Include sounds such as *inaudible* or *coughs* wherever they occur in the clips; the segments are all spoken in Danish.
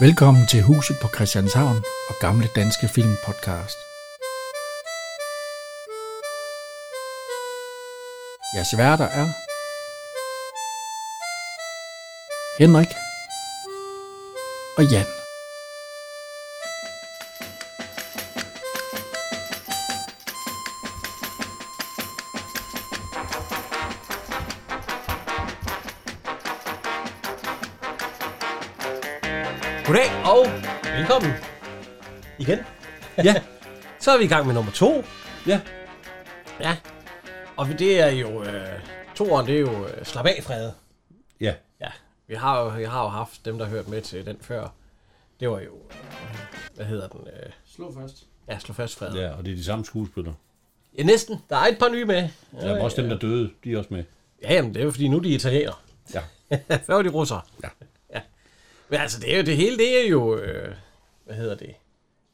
Velkommen til Huset på Christianshavn og Gamle Danske Film Podcast. Jeres værter er Henrik og Jan. Goddag og velkommen igen. Ja, *laughs* Så er vi i gang med nummer to. ja, Ja. Og det er jo... Øh, toeren, det er jo øh, slap af, Frede. ja. Ja. Vi har, jo, vi har jo haft dem, der har hørt med til den før. Det var jo... øh, Hvad hedder den? Øh, Slå først. ja, slå først, Frede. Ja. Ja, og det er de samme skuespillere. ja. næsten. Der er et par nye med. Ja, men også dem, der døde, de er også med. Ja, jamen, det er jo fordi, nu er de italienere. Ja. før var de russere. Ja. ja. Men altså, det, er jo, det hele, det er jo... Øh, hvad hedder det?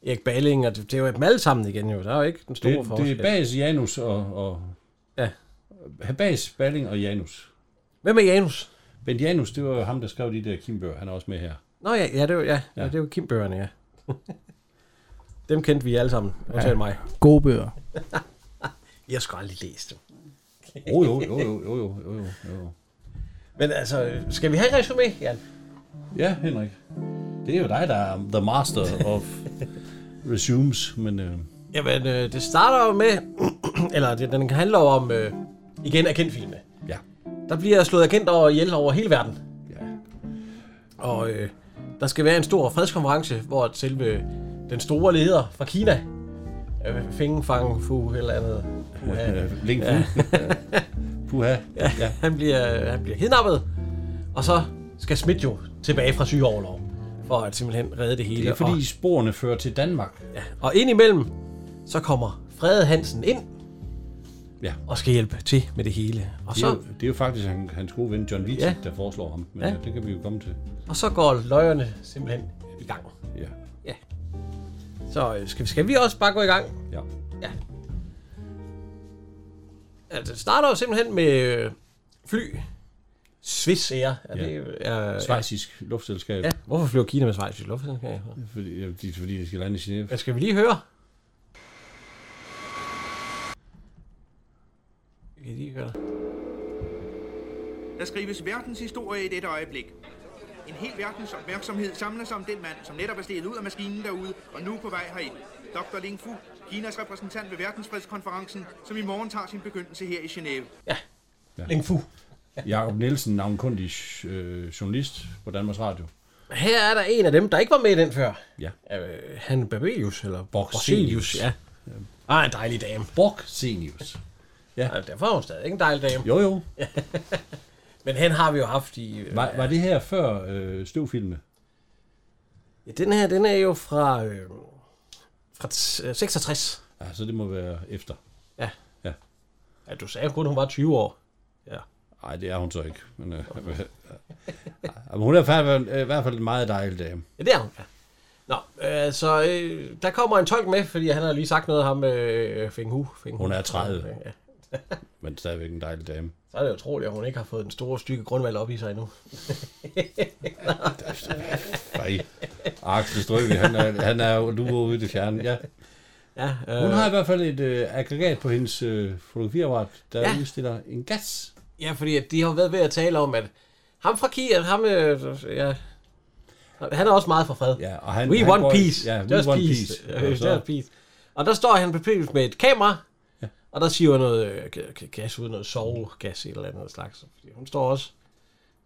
Erik Balling, og det, det er jo dem alle sammen igen jo. Der er jo ikke den store Det, det forskel. er Bas, Janus og... og Ja. Bas, Balling og Janus. Hvem er Janus? Bent Janus, det var ham, der skrev de der Kimbøger. Han er også med her. Nå ja, ja, det var, ja, ja. Ja. det var Kimbøgerne, ja. *laughs* dem kendte vi alle sammen, undtagen ja. mig. Gode bøger. Jeg skulle aldrig læse dem. Jo, jo, jo, jo, jo, jo, jo, jo, jo. Men altså, skal vi have et resume, Jan? Ja, Henrik. Det er jo dig, der er the master of resumes, men... Øh, Jamen, øh, det starter jo med, *clears throat* eller det, den handler jo om, øh, igen, agentfilme. ja. Der bliver slået agenter og ihjel over hele verden. ja. Og øh, der skal være en stor fredskonference, hvor selve den store leder fra Kina, øh, Fing Fang Fu eller andet, Fuha, Øh, Link ja. Puha. Ja. han bliver, han bliver kidnappet, og så skal Smith jo tilbage fra sygeoverlov, for at simpelthen redde det hele. Det er fordi sporene fører til Danmark. og, og indimellem, så kommer Frede Hansen ind, Ja. og skal hjælpe til med det hele. Og Det er, så, jo, det er jo faktisk han, hans gode ven John Vitti, Ja. ja. der foreslår ham. Men Ja. ja. det kan vi jo komme til. og så går løjerne simpelthen i gang. Ja. Så øh, skal, vi- skal vi også bare gå i gang? ja. Ja. Altså, det starter jo simpelthen med øh, fly. Swiss Air. Er Ja. det, øh, Svejsisk luftselskab. ja. Ja. Hvorfor flyver Kina med Schweiz i lufthavn? Fordi, ja, de- fordi det skal lande i Genève. Hvad skal vi lige høre? Vi Kan lige høre? Der skrives verdenshistorie i dette øjeblik. En hel verdens opmærksomhed samler sig om den mand, som netop er steget ud af maskinen derude og nu er på vej herind. Dr. Ling Fu, Kinas repræsentant ved verdensfredskonferencen, som i morgen tager sin begyndelse her i Genève. Ja. Ling Fu. Jakob Nielsen, navnkundig øh, journalist på Danmarks Radio. Her er der en af dem, der ikke var med i den før. Ja. Øh, han Babelius, eller Borgselius. Borselius, ja. Ah, en dejlig dame. Borg Senius. Ja. Derfor er hun stadig en dejlig dame. Jo, jo. Men han har vi jo haft i... Øh, Var, var det her før øh, støvfilmene? ja, den her, den er jo fra... Øh, fra t- øh, 66. Ja, så det må være efter. Ja. Ja. ja. du sagde kun, hun var 20 år. Ja. Nej, det er hun så ikke. Men, øh, *laughs* øh, øh, hun er i hvert fald- øh, i hvert fald en meget dejlig dame. Ja, det er hun, ja. Nå, øh, så øh, der kommer en tolk med, fordi han har lige sagt noget ham øh, Feng Hu. Feng Hu. Hun er 30. Ja. Men stadigvæk en dejlig dame. Så er det jo utroligt, at hun ikke har fået den store stykke grundvalg op i sig endnu. Ej. Axel Strøby, han er, han er jo du ude i det fjerne. Ja. Ja, øh, Hun har i hvert fald et øh, aggregat på hendes øh, fotografiapparat, der Ja. ja. udstiller en gas. ja, fordi at de har jo været ved at tale om, at ham fra Kiev, ham, øh, ja, han er også meget for fred. Ja, og han, We han want går- peace. Ja, we Just want peace. peace. Ja, Og så- Just peace. Og der står han bepivet med et kamera, og der siver noget øh, g- g- gas ud, noget sovegas eller andet slags. Fordi hun står også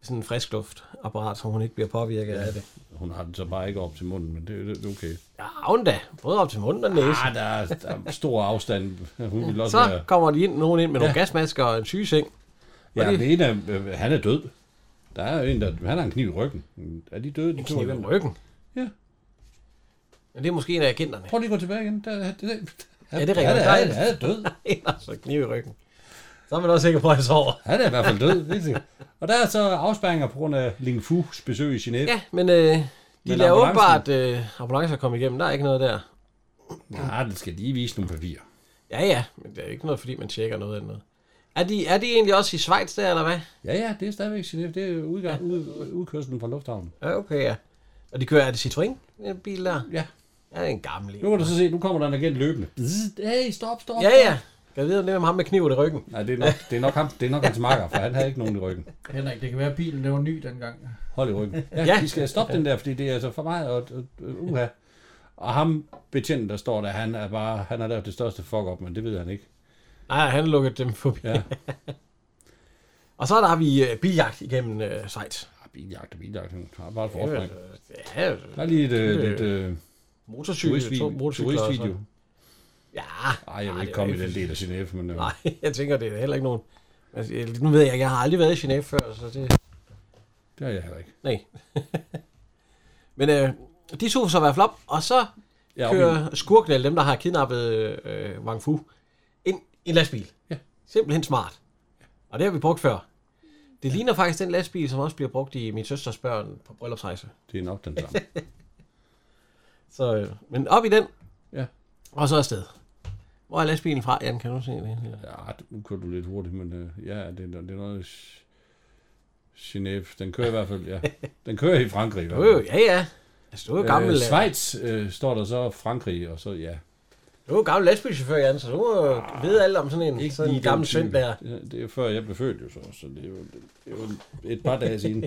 i sådan en frisk luftapparat, så hun ikke bliver påvirket af det. Hun har den så bare ikke op til munden, men det, det, det er okay. Ja, hun da. Både op til munden og næsen. Ah, der, er, der er stor afstand. *laughs* Hun vil også Så være... kommer de ind, nogen ind med nogle Ja. gasmasker og en sygeseng. Ja, det- den ene, er- øh, han er død. Der er jo en, der... Han har en kniv i ryggen. Er de døde? De to? Kniv i ryggen. Ja. Men det er måske en af agenterne. *laughs* Prøv lige at gå tilbage igen. Der, der, der, Ja, det er rigtigt. han, han, han er død. En har så kniv i ryggen. Så er man også sikker på, at han sover. Han er i hvert fald død. det er sikkert. Og der er så afspærringer på grund af Ling Fu's besøg i Genève. Ja, men øh, de Men lader ambulancen- åbenbart øh, ambulancer komme igennem. Der er ikke noget der. Nej, den skal lige vise nogle papirer. Ja, ja, men det er ikke noget, fordi man tjekker noget eller noget. Er de, er de egentlig også i Schweiz der, eller hvad? Ja, ja, det er stadigvæk Genève. Det er udgang, ud, udkørselen fra lufthavnen. Ja, okay, ja. Og de kører, er det Citroën, den bil der? Ja. Ja, det er en gammel en. Nu kan du så se, nu kommer der en agent løbende. Zzz, Hey, stop, stop. Ja, ja. Kan jeg vide, om det er ham med kniven i ryggen? Nej, det er nok, det er nok, ham, det er nok hans makker, for han havde ikke nogen i ryggen. Henrik, det kan være, at bilen det var ny dengang. Hold i ryggen. Ja, Ja. ja. vi skal stoppe den der, fordi det er altså for mig. Og, og, uha. og ham betjenten, der står der, han er bare, han har lavet det største fuck-up, men det ved han ikke. Nej, han lukkede dem forbi. *laughs* Ja. Og så der har vi øh, biljagt igennem øh, Schweiz. Ah, Biljagt og biljagt, han har bare et Det er, forspring. øh, Ja, Der er lige et, øh, Det er- lidt øh, motorcykel, to turistvideo. motorcykler. og turistvideo. sådan. Ja, Ej, jeg vil Ej, ikke det er komme i ikke- den del af Genève, men øh, nej, *laughs* jeg tænker, det er heller ikke nogen. Altså, jeg- nu ved jeg, jeg har aldrig været i Genève før, så det... det har jeg heller ikke. Nej. *laughs* Men øh, de tog så i hvert fald op, og så Jeg er oppe i- kører skurkene, eller dem, der har kidnappet øh, Wang Fu, ind i en lastbil. Ja. Simpelthen smart. Og det har vi brugt før. Det ligner faktisk den lastbil, som også bliver brugt i min søsters børn på bryllupsrejse. det er nok den samme. Så, øh, men op i den. Ja. Og så afsted. Hvor er lastbilen fra? Jan, kan du se det? her? Ja, nu kører du lidt hurtigt, men øh, ja, det, er- det er noget... Sh- Genève, den kører i hvert fald, *laughs* ja. Den kører i Frankrig. i hvert Jo, fald. jo, ja, ja. Altså, du er jo gammel, øh, øh, Schweiz øh, står der så Frankrig, og så ja. du er jo gammel lastbilchauffør, Jan, så du Ah, øh, ved alt om sådan en, sådan en gammel søn der. Ja, Det er jo før jeg blev født jo så, så det er jo, det er jo et par *laughs* dage siden.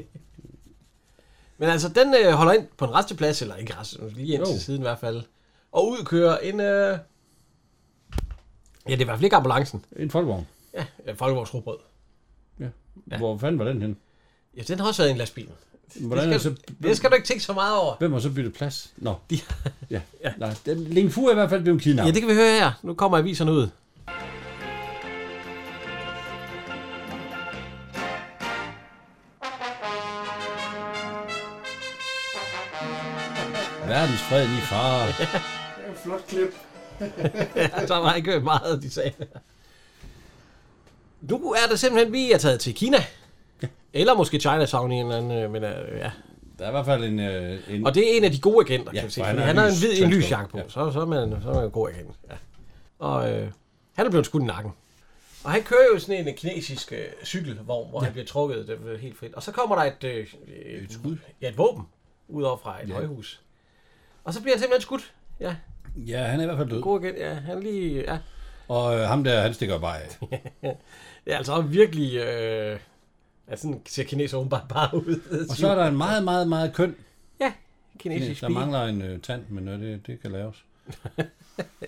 Men altså, den øh, holder ind på en resteplads, eller ikke rest, lige ind Jo. til siden i hvert fald. Og ud kører en... Øh... Ja, det er i hvert fald ikke ambulancen. En folkevogn. Ja, øh, Folkevogns Rugbrød. Ja. Hvor fanden var den hen? Ja, den har også været i en lastbil. Hvordan det, er skal, det så, det skal du ikke tænke så meget over. Hvem har så byttet plads? Nå. De- *laughs* ja. ja. Nej, den, Ling Fu er i hvert fald blevet Ja, kidnappet. det kan vi høre her. Nu kommer aviserne ud. *laughs* Verdens fred i *laughs* fare. Det er en flot klip. Altså, Der var ikke meget, de sagde. Nu er det simpelthen, vi er taget til Kina. Eller måske China Town i en eller anden, øh, men øh, ja. Der er i hvert fald en... Øh, en Og det er en af de gode agenter, ja, kan Ja, vi sige. for Han, han har han har en lys hvid en trenchcoat. lys jakke på, ja. Ja. så, så, er man, så er man en god agent. Ja. Og øh, han er blevet skudt i nakken. Og han kører jo sådan en kinesisk øh, cykelvogn, hvor ja. han bliver trukket det er helt frit. Og så kommer der et, øh, et, et, skud. ja, et våben ud over fra et ja. højhus. Og så bliver han simpelthen skudt. Ja, Ja, han er i hvert fald død. god agent. Ja, han lige... Ja. Og øh, ham der, han stikker bare af. Det er altså også virkelig... Øh, ja, sådan ser kineser åbenbart bare *laughs* ud. Og så er der en meget, meget, meget køn. Ja, kinesisk Der pige. mangler en øh, tand, men øh, det, det kan laves. ja,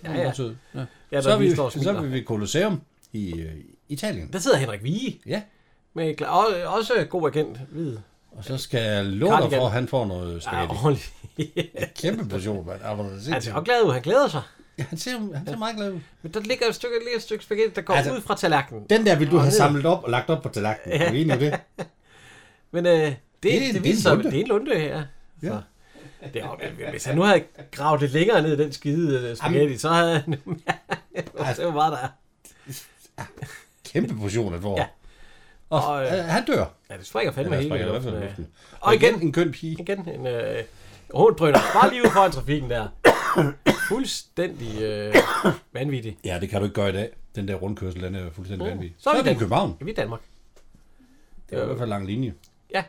ja. ja. Sød. ja. Ja, der Så er vi, lige står og så er smiler. vi ved Colosseum i øh, Italien. Der sidder Henrik Vige. Ja, Med, gla- og, også god agent, hvid. og så skal jeg love dig for, Cardigan. at han får noget Ja, spaghetti. Ah, ordentligt. Kæmpe portion, mand. Altså, Han ser også glad ud, han glæder sig. han, ser, han ser meget glad ud. Men der ligger et stykke, lige et stykke spaghetti, der går altså, Altså- ud fra tallerkenen. Den der vil du have ned. samlet op og lagt op på tallerkenen. Er du enig i det? Men øh, det, er det, en- det, det er en viser sig, at lunte. det er en lunte her. Ja. Så. Ja. Det er, jo- hvis han nu havde gravet lidt længere ned i den skide øh, spaghetti, så havde han... *laughs* altså, det var meget der er. Kæmpe portion, han får. Ja. Ja. Og, Og, og øh, øh, han dør. Ja, det springer fandme Eller hele springer i hvert luften. fald i øh. luften. Og igen, en køn pige. igen en øh, hun drøner bare lige ud foran trafikken der. Fuldstændig øh, vanvittig. Ja, det kan du ikke gøre i dag. Den der rundkørsel, den Mm. er fuldstændig vanvittig. Så er vi det i i Danmark. København. Ja, vi er i Danmark. Det er i hvert fald lang linje. Ja.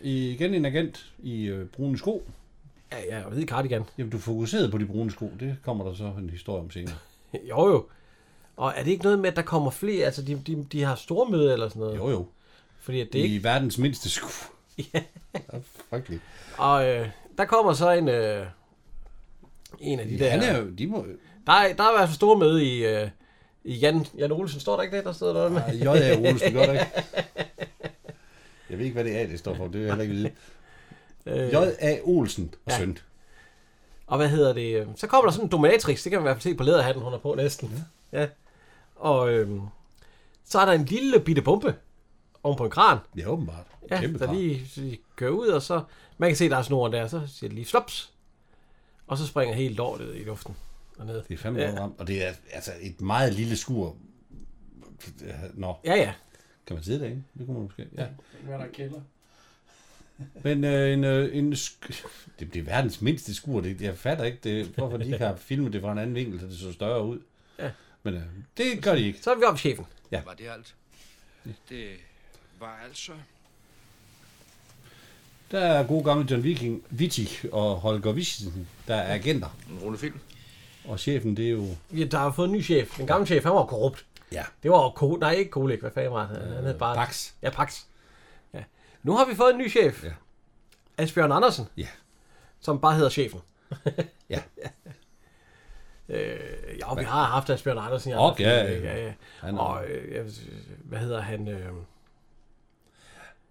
I, igen en agent i øh, brune sko. Ja, ja, og hvid cardigan. Jamen, du fokuserede på de brune sko. Det kommer der så en historie om senere. *laughs* Jo jo. Og er det ikke noget med, at der kommer flere? Altså, de, de, de har store møde eller sådan noget? Jo, jo. Fordi at det Det ikke... I verdens mindste sko. Ja. Frygteligt. Og øh, der kommer så en... Øh, en af de Ja, der... han er jo, de må, Der, er, der er i hvert fald store møde i... Øh, i Jan, Jan Olsen, står der ikke det, der stod der? Nej. J.A. Olsen, gør det ikke? Jeg ved ikke, hvad det er, det står for. Det vil jeg heller ikke vide. Øh. J.A. Olsen og søn. Og hvad hedder det? øh, Så kommer der sådan en dominatrix, det kan man i hvert fald se på læderhatten, hun er på næsten. Ja. ja. Og øh, så er der en lille bitte bombe oven på en kran. Ja, åbenbart. Ja, Kæmpe der lige så de kører ud, og så... Man kan se, der er snoren der, så siger det lige slops. Og så springer hele lortet i luften. Og ned. Det er fandme Ja. ja. ramt. Og det er altså et meget lille skur. Nå, Ja, ja. kan man sidde derinde? Det kunne man måske. Ja. Det kan være, der er kælder. Men øh, en, øh, en sk- *laughs* det bliver verdens mindste skur. Det, jeg fatter ikke, det, hvorfor de *laughs* ikke har filmet det fra en anden vinkel, så det så større ud. Ja. Men øh, det gør de ikke. Så er vi oppe i chefen. Var det alt? Det var altså... Der er gode gamle John Viking, Wittig og Holger Wittigsen, der er agenter. En rullefilm. Og chefen, det er jo... Ja, der har fået en ny chef. Den gamle chef, han var korrupt. Ja. Det var jo Ko- Nej, ikke Kolik. Hvad fanden var det? Han hed bare... Øh, Pax. Ja, Pax. Ja. Nu har vi fået en ny chef. Ja. Asbjørn Andersen. Ja. Som bare hedder chefen. *laughs* Ja. *laughs* Øh, ja, vi har haft Asbjørn Andersen. i Op, andre ja, film, ja. ja, ja. Han er- Og øh, jeg- hvad hedder han? Øh,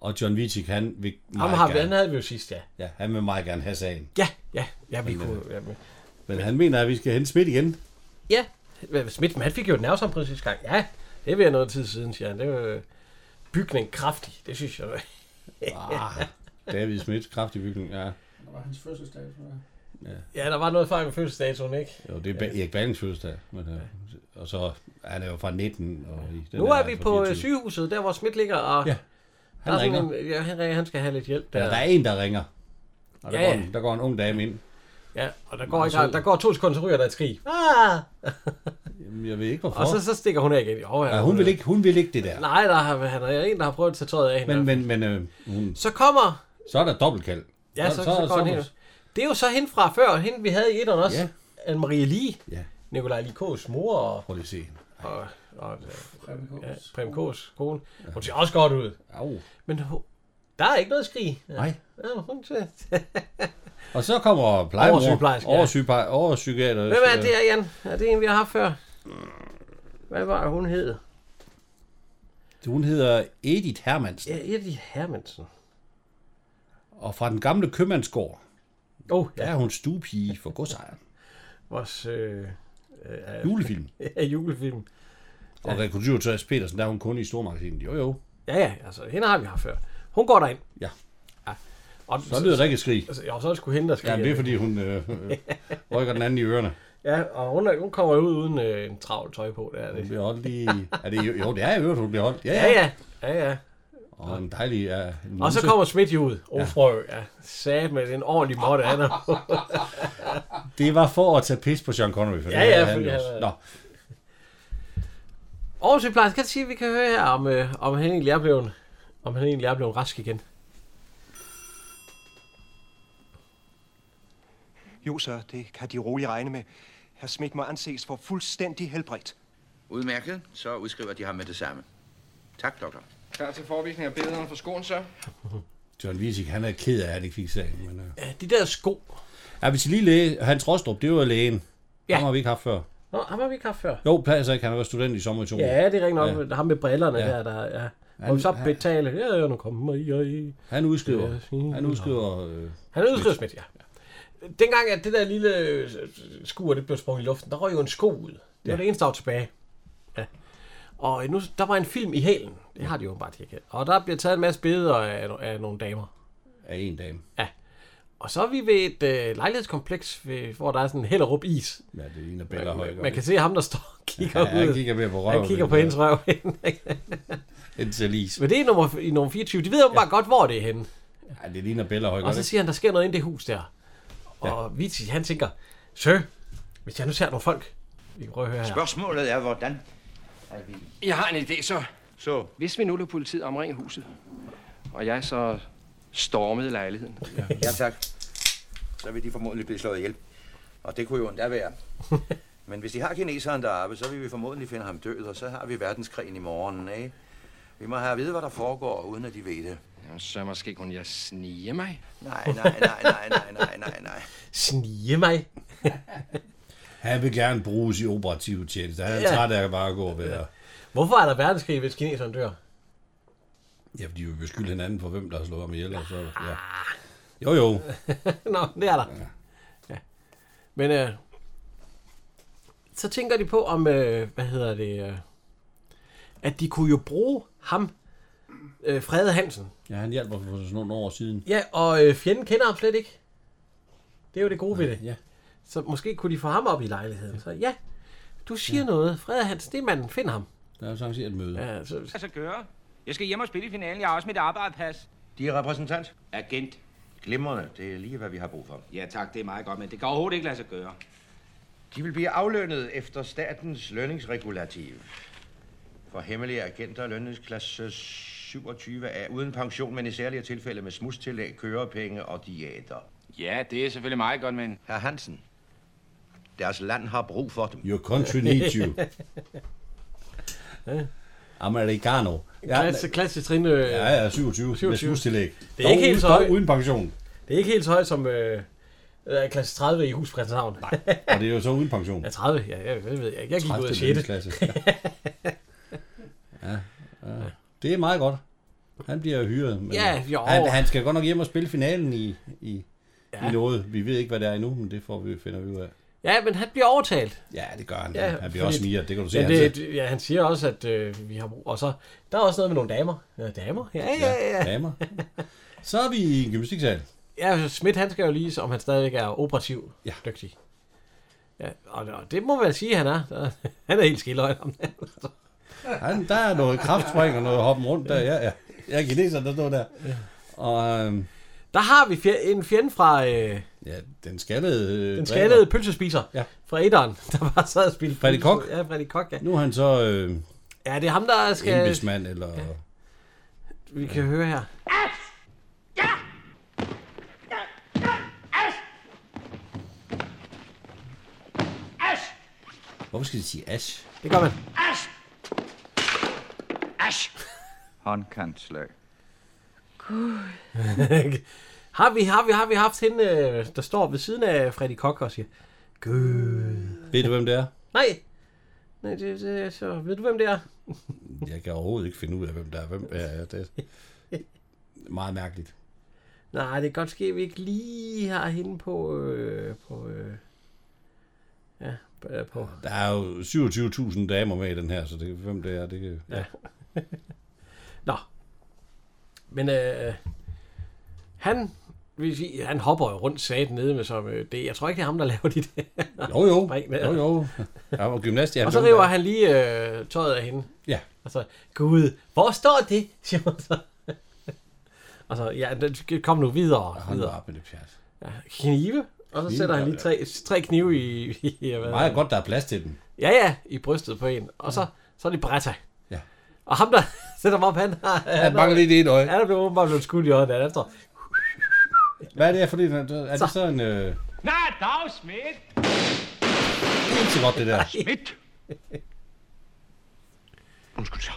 Og John Wittig, han vil ham meget har vi, gerne, han havde vi jo sidst, ja. ja, han vil meget gerne have sagen. Ja, ja, ja, vi kunne... øh, Ja, men- Men han mener, at vi skal hente *laughs* Smidt igen. Ja, Hvad, Schmidt, men han fik jo et nervesambrud sidste gang. Ja, det er ved noget tid siden, siger han. Det var øh, bygning kraftig, det synes jeg. *laughs* Ah, David Smidt, kraftig bygning. Ja. Det var hans fødselsdag, tror jeg. Ja, der var noget fejl med fødselsdatoen, ikke? Jo, det er ba- Erik Ballings fødselsdag. Men, øh, og så han er jo fra 19. Og i, den Nu her er vi fra på øh, 24. sygehuset, der hvor Schmidt ligger, og Ja, ja, Han der er ringer. sådan en, ja, han, ringer, han skal have lidt hjælp. Ja, Der. der er en, der ringer. Og der, Ja, går ja. en, der går en ung dame ind. Ja, og der går, ikke, der går to sekunder, så ryger der et skrig. Ah! Jamen, jeg ved ikke, hvorfor. Og så, så stikker hun af igen. Jo, ja, ja, hun, vil ikke, hun vil ikke det der. Nej, der har, han er en, der har prøvet at tage tøjet af hende. Men, Men, men, men øh, hun, Så kommer... så er der dobbeltkald. Ja, så, så, så, går han hen. Det er jo så hende fra før, hende vi havde i etteren også. Ja. Ja. Anne-Marie Lie, Ja, Nikolaj Likos mor og, prøv lige at se. og, og Preben Kaas. ja, Prem Kås kone. Hun ser også godt ud. Au. Men hun- der er ikke noget skrig. Ja, Nej. hun ser... Og så kommer plejemor. Oversygeplejerske, ja. Oversygeplejerske. Ja. Overpsykiater. Hvem er det, Jan? Er det en, vi har haft før? Hvad var hun hed? Hun hedder Edith Hermansen. Ja, Edith Hermansen. Og fra den gamle købmandsgård, Åh, oh, der ja. er hun stuepige for godsejeren. Vores øh, *laughs* øh, Julefilm. øh, julefilm. Og rekrutyrer Therese Petersen, der er hun kun i stormagasinet. Jo, jo. Ja, ja, altså hende har vi haft før. Hun går derind. Ja. ja. Og Så lyder der ikke et skrig. Altså, jo, så er det sgu hende, der skal Ja, det er fordi, hun øh, øh, rykker den anden i ørerne. ja, og hun, er- hun kommer jo ud uden øh, en travl tøj på, der er Hun det. bliver holdt i... Er det, jo, jo, det er i øvrigt, hun bliver holdt. Ja, Ja, ja. ja, ja, ja. Og en dejlig... Uh, Og så kommer Smidt jo ud. Åh, frø, ja. Sat med en ordentlig måtte, han er på. Det var for at tage pis på Sean Connery. For Ja, det ja, havde han fordi jo han også. er- Nå, Aarhus Sygeplejerske, kan du sige, at vi kan høre her, om, øh, om han egentlig er blevet, om han egentlig er blevet rask igen. Jo, så det kan de roligt regne med. Herr Schmidt må anses for fuldstændig helbredt. Udmærket, så udskriver de ham med det samme. Tak, doktor. Klar til forvisning af billederne for skoen, så. John Wiesig, han er ked af, at han ikke fik sagen. Men, øh. Ja, de der sko. Ja, hvis I lige læge, Hans Rostrup, det var lægen. Ja. Ja. Ham har vi ikke haft før. Nå, ham har vi ikke haft før. Jo, Plads ikke, han var student i sommer i to. Ja, det er rigtig nok. Ja. Ham med brillerne Ja. ja. der, der ja. Han- Og så han- betale. Ja, ja, nu kommer I, og I. Han udskriver, Ja, fint. han udskriver øh, Han udskrev Smidt, ja. Dengang, at det der lille øh, skur, det blev sprunget i luften, der røg jo en sko ud. Det var det eneste, der var tilbage. Ja. Og nu, der var en film i hælen. Det har de jo bare ikke. Og der bliver taget en masse billeder af, no- af nogle damer. af en dame. Og så er vi ved et øh, lejlighedskompleks, ved, hvor der er sådan en Hellerup is. Ja, det ligner Bella Høj. Man, man kan se ham, der står og kigger ja, ud. han kigger mere på røven. øh, han kigger på hendes røv. *laughs* Hendes alis. Men det er i nummer, i nummer 24. De ved jo bare godt, hvor det er henne. Ja, det ligner Bella Høj. Og så siger han, der sker noget inde i det hus der. Og ja. Viti, han tænker, Sø, hvis jeg nu ser nogle folk... Vi kan prøve at høre her. Spørgsmålet er, hvordan... Er vi... Jeg har en idé, så. Så, Hvis vi nu lå politiet omringe huset, og jeg så stormede lejligheden. ja tak. Så vil de formodentlig blive slået ihjel. Og det kunne jo endda være. Men hvis de har kineseren deroppe, så vil vi formodentlig finde ham død, og så har vi verdenskrigen i morgen, ikke? Vi må have at vide, hvad der foregår, uden at de ved det. Jamen, Så måske kunne jeg snige mig. Nej, nej, nej, nej, nej, nej, nej, nej. Snige mig. Han vil gerne bruges i operative tjenester. Han er Ja. træt af at bare gå og være... Hvorfor er der verdenskrig, hvis kineserne dør? Ja, fordi vi beskylder hinanden for, hvem der har slået ham ihjel. Og så, Ah. ja. Jo, jo. Nå, det er der. Ja. Men øh, så tænker de på om, øh, hvad hedder det, øh, at de kunne jo bruge ham, øh, Frede Hansen. Ja, han hjalp mig for sådan nogle år siden. Ja, og øh, fjenden kender ham slet ikke. Det er jo det gode ved det. Ja. Så måske kunne de få ham op i lejligheden. Så ja, du siger ja. noget. Frede Hansen, det er manden. Find ham. Der er jo sådan set et møde. Ja, så, altså gøre? Jeg skal hjem og spille i finalen. Jeg har også mit arbejdepas. De er repræsentant. Agent. Glimrende, det er lige, hvad vi har brug for. Ja tak, det er meget godt, men det kan overhovedet ikke lade sig gøre. De vil blive aflønnet efter statens lønningsregulativ. For hemmelige agenter lønnes klasse 27 er uden pension, men i særlige tilfælde med smustillæg, kørepenge og diæter. Ja, det er selvfølgelig meget godt, men... Herr Hansen, deres land har brug for dem. Your country needs you. Americano. Ja, Klasse, klasse trin. Øh, ja, ja. ja, 27. 27. Med 27. smustillæg. Det er ikke Dog helt så uden- højt. Dog uden pension. Det er ikke helt så højt som øh, øh, klasse 30 i Husprinshavn. Nej. Og det er jo så uden pension. Ja, 30. Ja, jeg, jeg ved jeg. ikke. Jeg gik ud af 30. 6. lønklasse. Ja. ja. ja. Det er meget godt. Han bliver hyret. Men Ja, jo. Han, han, skal godt nok hjem og spille finalen i, i, ja. Ja. i noget. Vi ved ikke, hvad det er endnu, men det får vi, finder vi ud af. Ja, men han bliver overtalt. Ja, det gør han. Ja, Ja, han bliver fordi- også smiger. Det kan du se. Ja, Ja, det, det, ja, han siger også, at øh, vi har brug. Og så, der er også noget med nogle damer. Ja, damer? Ja, ja, ja. ja. Damer. Så er vi i en gymnastiksal. Ja, altså, Schmidt, han skal jo lige, om han stadigvæk er operativ Ja. ja. dygtig. Ja, og, og det må man sige, han er. *laughs* Han er helt skildøjt om det. Han, der er noget kraftspring og noget hoppen rundt der. Ja, ja. Jeg er kineser, der står der. Og øhm, Der har vi fjer- en fjende fra øh, ja, den skaldede... øh, den dræber. skaldede pølsespiser Ja. fra Ederen, *laughs* der bare sad og spillede Freddy pølse. Koch? Ja, Freddy Kok, ja. Nu er han så øh, ja. det er ham, der skal... embedsmand, eller... Vi kan høre her. Hvorfor skal de sige Ash? Det gør man. *laughs* Håndkantslag. har, vi, har, vi, har vi haft hende, øh, der står ved siden af Freddy Kok og siger... Gud. Ved du, hvem det er? Nej. Nej, det, det, så ved du, hvem det er? Jeg kan overhovedet ikke finde ud af, hvem der er hvem. Ja, ja, det er meget mærkeligt. Nej, det kan godt ske, at vi ikke lige har hende på... Øh, på øh, ja, på, øh, på. Der er jo 27.000 damer med i den her, så det, hvem det er, det kan... Ja. Nå. Men øh, han, vil sige, han hopper jo rundt sat nede med som øh, det. Jeg tror ikke, det er ham, der laver de der. Jo, jo. Spring med. Jo, *laughs* jo. Ja, og gymnast, ja, Og så hvem der river er. han lige øh, tøjet af hende. Ja. Og så, gud, hvor står det? siger hun så. Og så, ja, den- kom nu videre. Hold nu videre. op med det pjat. Ja, knive. Og så Knive, sætter han ja, lige tre, tre knive i, i, i hvad Meget godt, der er plads til den. Ja, ja, i brystet på en. Og så, så er det Bretta. Ja. Og ham, der *laughs* sætter mig op, han har... *laughs* Han mangler lige det ene øje. Han er blevet åbenbart blevet skudt i øjet, han står. Hvad er det her for en? Er det så en... Øh... Nå, dag, Schmidt! Det er ikke så godt, det der. Schmidt! Undskyld så.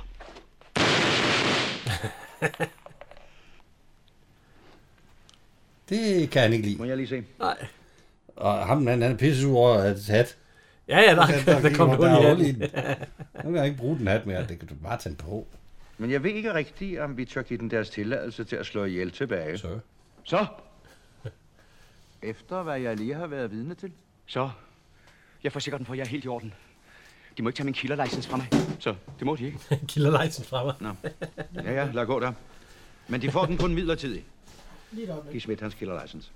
Det kan han ikke lide. Må jeg lige se? Nej. Og ham den anden, han er pisse sur over hans hat. Ja, ja, der, der, der kom der er noget hul i i den. den. Nu kan jeg ikke bruge den hat mere. Det kan du bare tage den på. Men jeg ved ikke rigtigt, om vi tør give den deres tilladelse til at slå ihjel tilbage. Så. *laughs* Så? Efter hvad jeg lige har været vidne til. Så? Jeg forsikrer dem for, at jeg er helt i orden. De må ikke tage min killerlicens fra mig. Så, det må de ikke. Kilder Leitsen fra mig. Ja, ja, lad gå der. Men de får den kun midlertidigt. *laughs* Lige et øjeblik. Giv Schmidt hans killer license.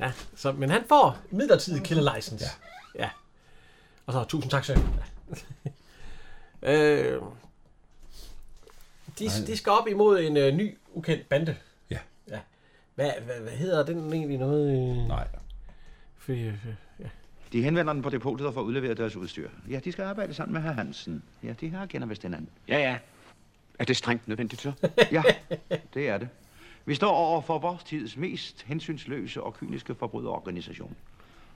Ja, så, men han får midlertidig Killer License. Ja. ja. Og så, tusind tak, søn. Ja. *laughs* øh, de, de skal op imod en øh, ny, ukendt bande. Ja. ja. Hvad, hvad, hvad hedder den egentlig noget? Øh, Nej. fordi, øh, De henvender den på depotet og får udleveret deres udstyr. Ja, de skal arbejde sammen med herr Hansen. Ja, de her kender vist hinanden. Ja, ja. Er det strengt nødvendigt så? Ja, det er det. Vi står over for vores tids mest hensynsløse og kyniske forbryderorganisation.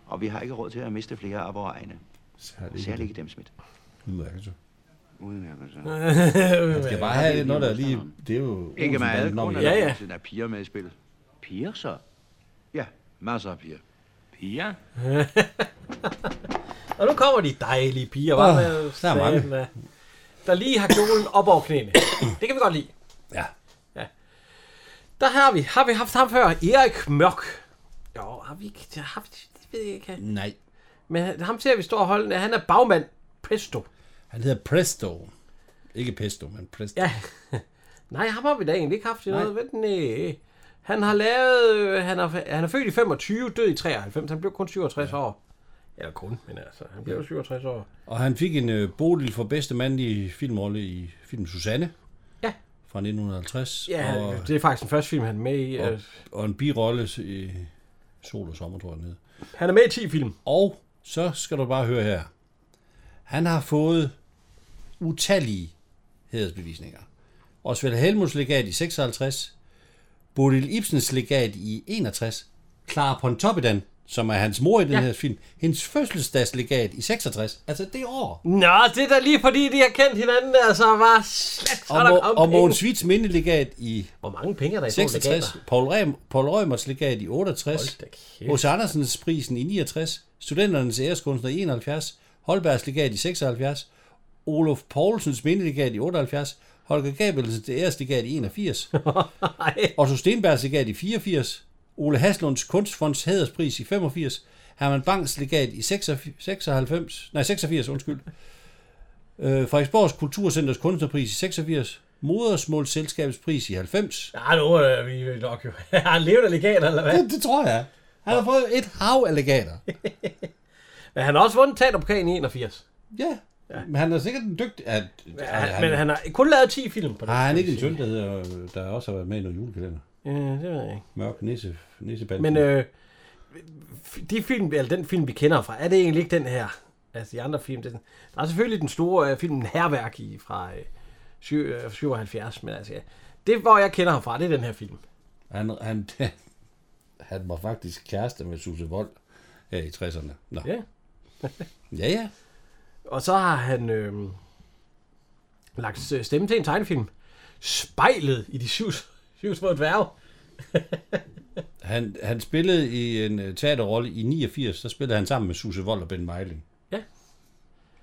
Og vi har ikke råd til at miste flere af vores egne. Særligt ikke dem, altså. Schmidt. Udmærket, så. Udmærket sig. Han skal bare have noget, der er lige... Det er jo... Ikke meget. Olsenbanden om Kun igen. er der Ja, ja. hele tiden er piger med i spil. Piger så? Ja, masser af piger. Piger? Og nu kommer de dejlige piger, var Åh, oh, der er mange. Der lige har kjolen op over knæene. Det kan vi godt lide. Ja. Der har vi, har vi haft ham før, Erik Mørk. Jo, har vi ikke, det har vi, det ved jeg ikke. Nej. Men han- ham ser vi står og holden af. han er bagmand. Presto. Han hedder Presto. Ikke Pesto, men Presto. Ja. *laughs* Nej, ham har vi da egentlig ikke haft i noget. Vent, nej. Han har lavet, øh, han er, han er født i 25, død i 93, han blev kun 67 ja. år. Eller kun, men altså, han blev 67 år. Og han fik en øh, Bodil for bedste mandlige filmrolle i filmen Susanne. Ja. Fra 1950. Ja, og, det er faktisk den første film, han er med i. øh, og en birolle i Sol og Sommer, tror jeg, den hed. Han er med i 10 film. Og så skal du bare høre her. Han har fået utallige hædersbevisninger. Osvald Helmuts legat i 56, Bodil Ibsens legat i 61, Clara Pontoppidan, som er hans mor i den Ja. ja. her film, hendes fødselsdagslegat i 66, altså det år. Nå, det er da lige fordi, de har kendt hinanden, der, så var slet så Og, der Mo- kom og penge. Mogens Svits mindelegat i Hvor mange penge er der i 66, legater? *laughs* Paul, Rem, Paul Rømers legat i Hold 68, da kæft. Hos Andersens prisen i 69, Studenternes æreskunstner i 71, Holbergs legat i 76, Olof Poulsens mindelegat i 78, Holger Gabelsens æreslegat i *laughs* 81, Otto Stenbergs legat i 84, Ole Haslunds kunstfonds hæderspris i 85, Herman Bangs legat i 96, nej 86, undskyld, øh, Frederiksborgs Kulturcenters kunstnerpris i 86, Modersmålsselskabets pris i 90, Ja, nu er vi nok jo. *laughs* Han lever der legater, eller hvad? det, det tror jeg. Han har fået et hav af legater. Men han har også vundet teaterpokalen i 81. Ja. ja. Men han er sikkert en dygtig... At, Ja, han, Ah. men han har kun lavet 10 film på det. har han skal ikke vi en sige. søn, der, hedder, der også har været med i noget julekalender? Øh, det ved jeg ikke. Mørk nisse, nisseband. Men øh, de film, eller den film, vi kender fra, er det egentlig ikke den her? Altså de andre film. Det, er den- der er selvfølgelig den store øh, film Herværk i fra øh, syv- øh, 77, men altså ja. Det, hvor jeg kender ham fra, det er den her film. Han, han, *laughs* han var faktisk kæreste med Susse Vold her i 60'erne. Nå. Ja. ja, ja. Og så har han øh, lagt øh, stemme til en tegnefilm. Spejlet i de syv, syv små dværge. Han, han spillede i en øh, teaterrolle i 89, så spillede han sammen med Susse Vold og Ben Meiling. Ja.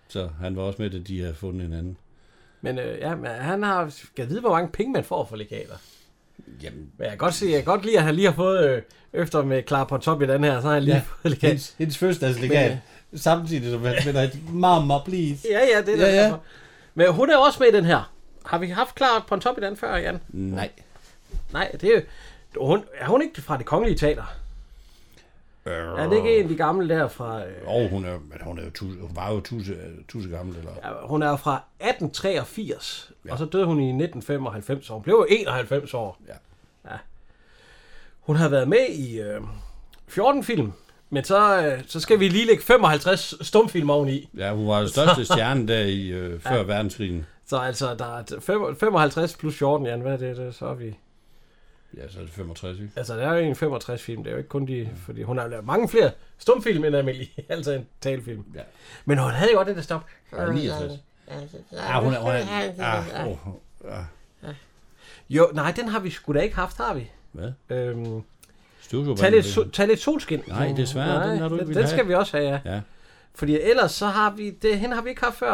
Så han var også med, da de havde fundet hinanden. Men øh, ja, men han har... Skal jeg vide, hvor mange penge man får for legater? Jamen, Men jeg kan godt se, jeg kan godt lide, at han lige har fået... Øh, efter med Clara Pontop i den her, så har han lige ja. Ja. *laughs* fået legater. hendes, hendes fødselsdagslegat, øh- samtidig som han spiller et Mamma Please. Ja, ja, det er Ja, ja, ja. ja. Men hun er også med i den her. Har vi haft Clara Pontop i den før, Jan? Nej. Nej, det er jo- hun, er hun ikke fra det kongelige teater? Øh. Er det ikke en af de gamle der fra... Øh, Og hun, er, men hun, er jo tusse, hun var jo tusse, tusse gammel. Eller? Ja. hun er fra 1883, ja. og så døde hun i 1995, så hun blev jo 91 år. Ja. ja. Hun har været med i øh, 14 film, men så, øh, så skal vi lige lægge 55 stumfilm oveni. ja, hun var den *laughs* største stjerne der i øh, før ja. verdenskrigen. Så altså, der er fem- 55 plus 14, Jan, hvad er det, det så er vi... Ja, så er det 65, ikke? Altså, der er jo en 65 film, det er jo ikke kun de... Fordi hun har lavet mange flere stumfilm end Amelie, *laughs* altså en talefilm. Ja. Men hun havde jo godt det der stop. Ja, 69. Ja, hun er... Hun er ah, oh, ah. Jo, nej, den har vi sgu da ikke haft, har vi. Hvad? Øhm, Støvsuger tag, lidt, so- tag lidt solskin. Nej, desværre, den har du ikke den, villet den skal have. vi også have, ja. Ja. Fordi ellers så har vi... Det, hende har vi ikke haft før.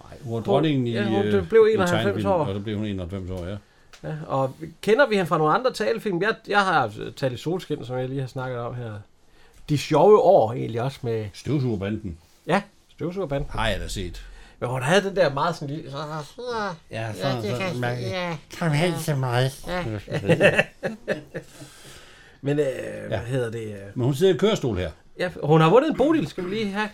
Nej, hun var dronningen i... Ja, hun øh, blev- blev i 91 tegnefilm, år. Og så blev hun 91 år, ja. Ja, og kender vi hende fra nogle andre talefilm? Jeg, jeg har talt i solskin, som jeg lige har snakket om her. De sjove år egentlig også med... Støvsugerbanden Ja, støvsugerbanden. har jeg da set. Men hun havde den der meget sådan lille... Ja, så, er er- ja, så, man, kom hen til mig. Men øh, hvad hedder det... Øh, Men hun sidder i kørestol her. Ja, hun har vundet en Bodil, skal vi lige have,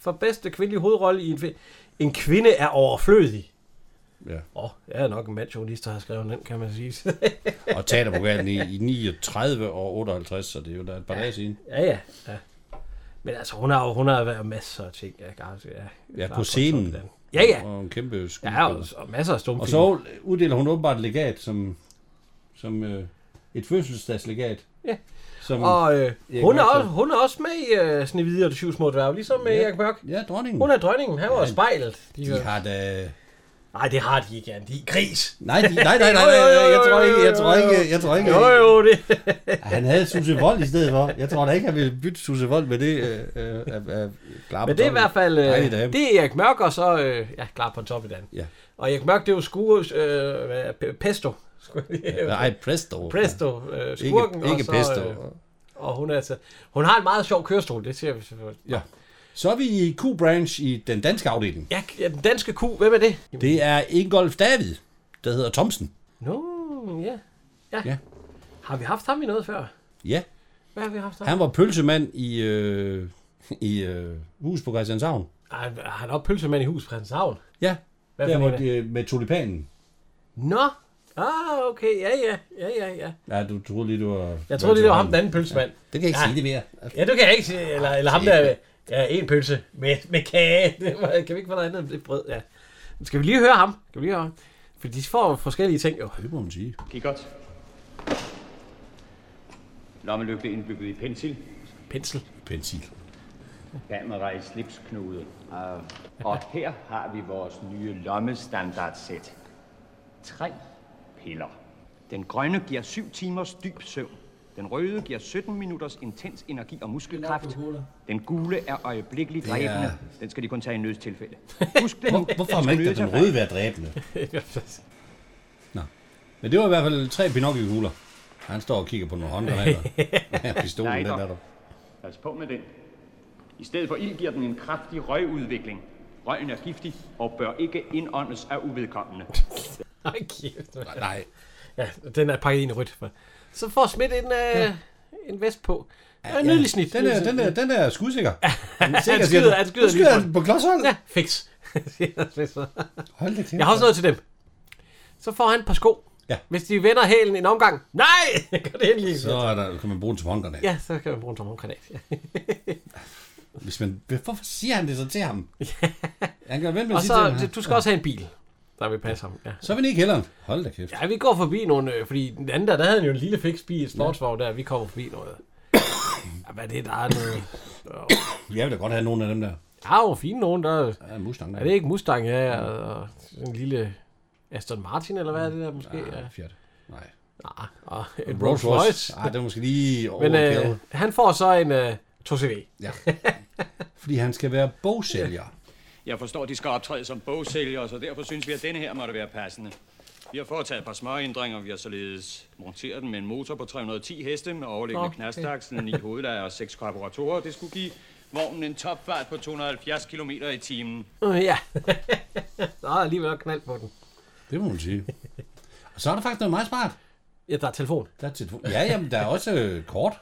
for bedste kvindelige hovedrolle i en film. En kvinde er overflødig. Ja. Åh, oh, jeg er nok en mandsjournalist, der har skrevet den, kan man sige. Og teaterpokalen i, i 39 og 58, så det er jo da et par dage siden. ja, ja, ja. Men altså, hun har jo hun har været masser af ting, jeg kan ja, Ja, klar på scenen. sådan. Ja, ja. Og en kæmpe skuespiller. Ja, og, og masser af stumfilm. Og så uddeler hun åbenbart et legat som, som øh, et fødselsdagslegat. Ja. Som, og øh, hun, er Jacob også, Mørk. hun er også med i øh, Snevide og de syv små dværge, ligesom med ja. Erik Mørk. Ja, dronningen. Hun er dronningen, han var ja. spejlet. De, De har da... Nej, det har de ikke, Jan. De er gris. Nej, de, nej, nej, nej, nej, Jo, jo, jo, jeg tror jo, ikke, jeg jo, tror jo, ikke, jeg tror ikke, Jo, jo, det. han havde Susse Vold i stedet for. Jeg tror da ikke, han ville bytte Susse Vold med det. Øh, øh, øh, øh, Men det er i hvert fald, øh, Dejlig dame. det er Erik Mørk, og så, øh, ja, klar på top i den. Ja. Og Erik Mørk, det er jo skure, øh, hvad er- pe- pesto. skulle jeg lige- Nej, Presto. Presto, øh, Ikke, skurken, ikke og så, Pesto. Øh, og hun, er, altså, hun har en meget sjov kørestol, det ser vi selvfølgelig. Ja. Så er vi i Q-Branch i den danske afdeling. Ja, ja, den danske ku, hvem er det? Det er Ingolf David, der hedder Thomsen. Nå, ja. ja. Ja. Har vi haft ham i noget før? Ja, Hvad har vi haft ham? han var pølsemand i, øh, i øh, hus på Christianshavn. Ej, han er også pølsemand i hus, Prins Havn. Ja, Hvad der for en af- var det med tulipanen. Nå, ah, okay, ja, ja, ja, ja, ja. Ja, du troede lige, du var... Jeg troede, det var ham, den anden pølsemand. Det kan jeg ikke Ja. sige det mere. Ja, du kan jeg ikke sige, *laughs* eller, eller ham der, ja, en pølse med, med kage. Det var, kan vi ikke få noget andet end det brød, ja. Skal vi lige høre ham? Skal vi lige høre ham? For de får forskellige ting jo. Det må man sige. Gik godt. Lommelygte indbygget i pensel. Pensel. *laughs* Pensil. Kamera i slipsknude. Og, og her har vi vores nye lommestandardsæt. Tre piller. Den grønne giver 7 timers dyb søvn. Den røde giver 17 minutters intens energi og muskelkraft. Den gule er øjeblikkeligt Det er- dræbende. Den skal de kun tage i nødstilfælde. *laughs* Hvor, hvorfor har man ikke ladet den røde være dræbende? *laughs* Nå. Men det var i hvert fald tre Pinocchio-kugler. Han står og kigger på nogle *laughs* håndgranater. Ja, pistolen, Nej, den dog. er der. Pas på med den. I stedet for ild giver den en kraftig røgudvikling. Røgen er giftig og bør ikke indåndes af uvedkommende. Ej, kæft. Nej. Ja, den er pakket ind i rødt. Så får Smidt en, øh, ja. en vest på. Ja, en nydelig snit. Den er, den er, den er skudsikker. *laughs* Han skyder, sikker, siger skyder, du. han skyder, Nu skyder lige han på klodshold. Ja, fix. Siger Smidt så. Hold da kæft. Jeg har også noget til dem. Så får han et par sko. Ja. Hvis de vender hælen en omgang. Nej! Gør det endelig. Så er der, kan man bruge den som håndgranat. Ja, så kan man bruge en tommelgranat. Ja. Hvis man, hvorfor siger han det så til ham? Han kan vente med Og at sige til så, ham. du- du skal også have en bil. Der vil passe ham. Ja. Så er vi nede i kælderen. Hold da kæft. Ja, vi går forbi nogle, øh, fordi den anden der, der havde han jo en lille fix bil, et sportsvogn der, vi kommer forbi noget. *coughs* ja, hvad er det, der er noget? Jeg vil da godt have nogen af dem der. Ja, hvor fine nogen der. Ja, Mustang. Er det ikke Mustang, ja, og, og en lille Aston Martin, eller hvad er det der måske? Ja, Fiat. Ah, Nej. Nej, og en Rolls Rolls Royce. Royce. Ej, det er måske lige Men øh, overkill. han får så en øh, 2CV. Ja. Fordi han skal være bogsælger. Jeg forstår, at de skal optræde som bogsælgere, så derfor synes vi, at denne her måtte være passende. Vi har foretaget et par småændringer. Vi har således monteret den med en motor på 310 heste med overliggende Okay. okay. knastaksen, ni hovedlejer og seks karburatorer. Det skulle give vognen en topfart på 270 km i timen. Øh, ja. *laughs* der er alligevel nok knald på den. Det må man sige. Og så er der faktisk noget meget smart. Ja, der er telefon. Der er telefon. Ja, jamen, der er også øh, kort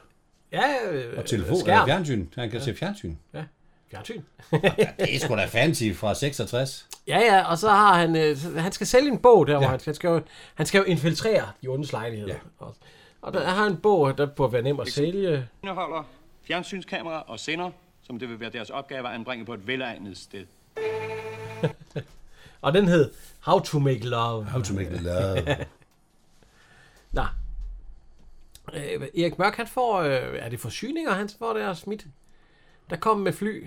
Ja, øh, og telefon. skærm. Skærm. Fjernsyn. Han kan se fjernsyn. Ja, fjernsyn. Det er sgu da fancy fra 66. Ja, ja, og så har han, øh, så- han skal sælge en bog der, hvor han, han, skal jo, han skal jo infiltrere de ondes lejligheder. Ja. Og, og der har han en bog, der burde være nem at sælge. Indeholder fjernsynskamera og sender, som det vil være deres opgave at anbringe på et velegnet sted. Og den hed How to Make Love. How to make love. Nå. Øh, Erik Mørk, han får, øh, er det forsyninger, han får der smidt? Der kom med fly.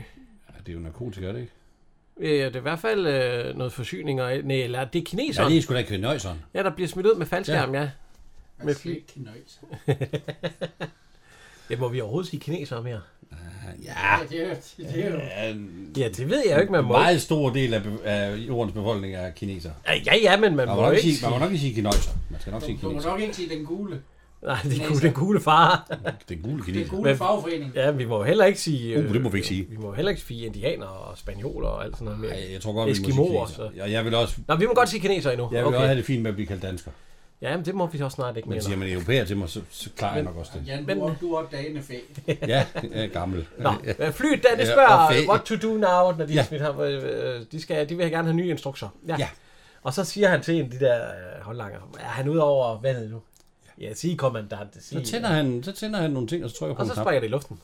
Ja, det er jo narkotika, er det ikke? Øh, det er i hvert fald øh, noget forsyninger. Nej, eller det er kineser. Ja, det er sgu da ikke nøjseren. Ja, der bliver smidt ud med faldskærm, ja. ja. Med fly. det må vi overhovedet sige kineser mere. Ja. det er det. er jo- Ja, det ved jeg jo ikke, man En må. meget stor del af, be- af jordens befolkning er kineser. Ja, ja, ja, men man man må må, nok ikke sige, sige- man må nok ikke sige kineser. Man skal nok sige Du må kineser. nok ikke sige den gule. Nej, det er den gule far. Den gule kineser. Den gule fagforening. Ja, vi må heller ikke sige... øh, Uh, det må vi ikke sige. Vi må heller ikke sige indianer og spanioler og alt sådan noget mere. Nej, jeg tror godt, vi må sige Eskimoer, kineser. så. Ja, jeg vil også- Nå, vi må godt sige kineser endnu. Jeg vil okay. også have det fint med at blive kaldt dansker. Ja, men det må vi også snart ikke Men mere. siger man europæer til mig, så, så klarer jeg nok også det. Jan, du, er, du er dagende fæ. Ja, jeg er gammel. Nå, men flyet der, det Ja, spørger, og fe- what to do now, når de ja. Ja. smidt ham. øh, øh, De, skal, de vil gerne have nye instrukser. Ja. Og så siger han til en af de der øh, håndlanger, er han ude over vandet nu? Ja, sig kommandant. Så Sig, tænder, han, så tænder han nogle ting, og så trykker jeg på Og en så knap. springer det i luften.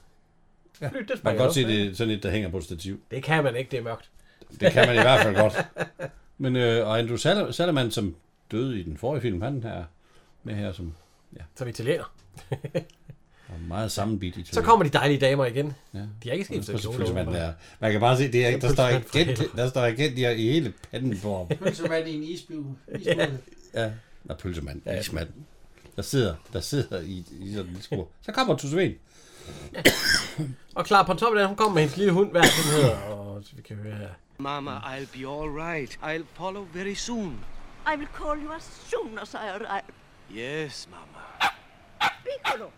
Ja. Flyet, det Man springer kan godt i se luften, det er sådan et, der hænger på et stativ. ikke? Det kan man ikke, det er mørkt. Det kan man i hvert fald godt. Men øh, og Andrew Sal- Salaman, som døde i den forrige film, han er med her som ja, Som italiener. er meget sammenbidt i Så kommer de dejlige damer igen. Ja. De har ikke Og så skiftet kjole. pludselig Man, åbenbart. er, man kan bare se, det er, ikke- der står Pludselig man agent, der står agent i, i hele panden på ham. Pølsevand i en isbue. Isbude. Ja, der er pølsemand, ja. ismand. Der sidder, der sidder i, i sådan en skur. Så kommer Tusse Og Clara Pontoppidan, hun kommer med hendes lille hund, hvad er det, den hedder. Og vi kan høre her. Mama, I'll be all right. I'll follow very soon. *laughs* I will call you as soon as I *laughs* arrive. Yes, Mama.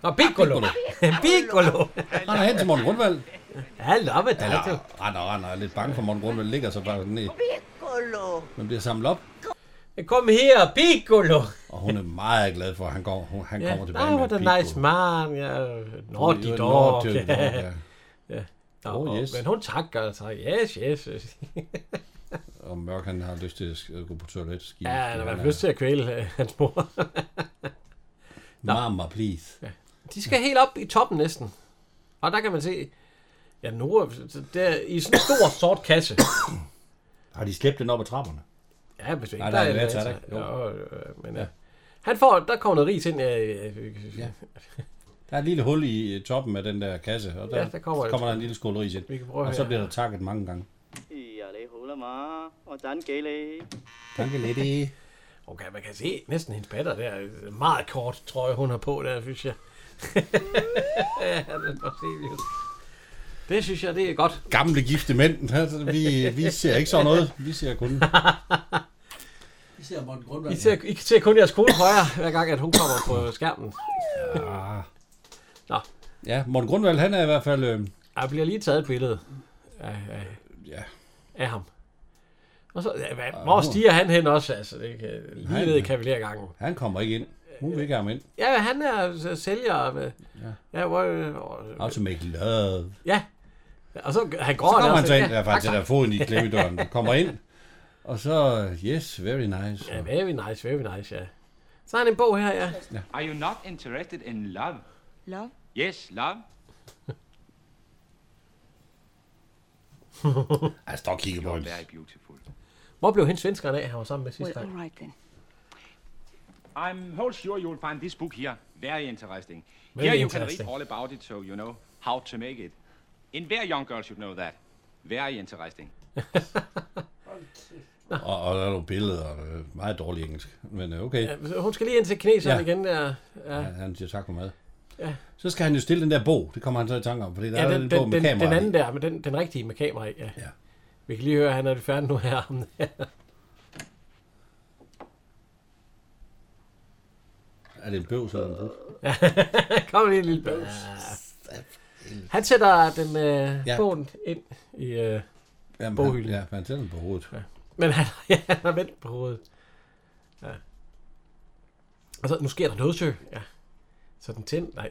Nå, Piccolo. Piccolo. Render hen til Morten Grundvald. Hallo, hvad der? Eller, render, render, er lidt bange for Morten Grundvald, ligger så bare ned. Piccolo. Man bliver samlet op, Kom her, Piccolo. og hun er meget glad for, at han, går, hun, han kommer tilbage med med Piccolo. Piccolo. nice man. Ja, naughty Jo, dog. naughty ja. dog, ja. ja. Nå, Oh, og- yes. Men hun takker og takker. Yes, yes. yes. Og Mørk, han har lyst til at sk- gå på toilet. Skide, ja, han har været lyst til at kvæle øh, hans mor. *laughs* Mamma, please. Ja. De skal helt op i toppen næsten. Og der kan man se, ja, Nora, der, i sådan en stor sort kasse. Har de slæbt den op ad trapperne? Ja, bestemt. Nej, der er en elevator. elevator, er Jo. der ikke? Jo, jo, øh, men ja. Han får, der kommer noget ris ind. Øh, ja. Der er et lille hul i øh, toppen af den der kasse, og der, Ja, der kommer- kommer der en lille skål ris ind. Vi kan prøve Og så her. bliver der takket mange gange. Ja, det er holder mig. Hvordan gælder Danke, Lady. Okay, man kan se næsten hendes patter der. øh, Meget kort trøje, hun har på der, synes jeg. *laughs* Ja, det er godt set, jo. det synes jeg, det er godt. Gamle gifte mænd, *laughs* altså, vi, vi ser ikke sådan noget. Vi ser kun... I ser Morten Grundvald. I ser, I ser kun jeres kone højere, hver gang, at hun kommer på skærmen. Ja. Nå. Ja, Morten Grundvald, han er i hvert fald... Øh, Jeg bliver lige taget et billede af, af, ja. Ah, af ham. Og så, ja, hvad- hvor stiger han hen også? Altså, det kan, lige Han- ned i kavalergangen. han kommer ikke ind. Hun vil ikke have ham ind. Ja, han er s- sælger. Med, ja. ja, hvor, øh, How to make love. ja. Og så han går Så kommer der han så også. ind, der er faktisk tak, tak. der *laughs* foden i klemmedøren. Han kommer ind, og så, yes, very nice. Ja, very nice, very nice, ja. Så har han en bog her, ja. Are you not interested in love? Love? Yes, love. Jeg står og kigger på You're very beautiful. Hvor blev hende svenskeren af, han var sammen med sidste Well, gang? right then. I'm whole sure you'll find this book here very interesting. Very here you interesting. can read all about it, so you know how to make it. In very young girl should know that. Very interesting. Og, og der er nogle billeder, og øh, meget dårlig engelsk. Men øh, okay, Ja, så hun skal lige ind til kineseren Ja. ja. igen der. Ja. han, han siger tak for mad. Ja. Så skal han jo stille den der bog, det kommer han så i tanke om, fordi der Ja, er den, den, bog den, med den, kamera den i. anden der, men den, den rigtige med kamera i, ja. ja. Vi kan lige høre, at han er lidt færdig nu her. *laughs* ham der. Er det en bøvs eller en bøvs? Kom lige en lille bøs. Han sætter den øh, Ja. ja. bogen ind i øh, Jamen, boghylden. han, ja, han sætter den på hovedet. Ja. Men han, *laughs* ja, han har vendt på hovedet. Ja. Og så, nu sker der noget, sø. Ja. Så den tænd, nej.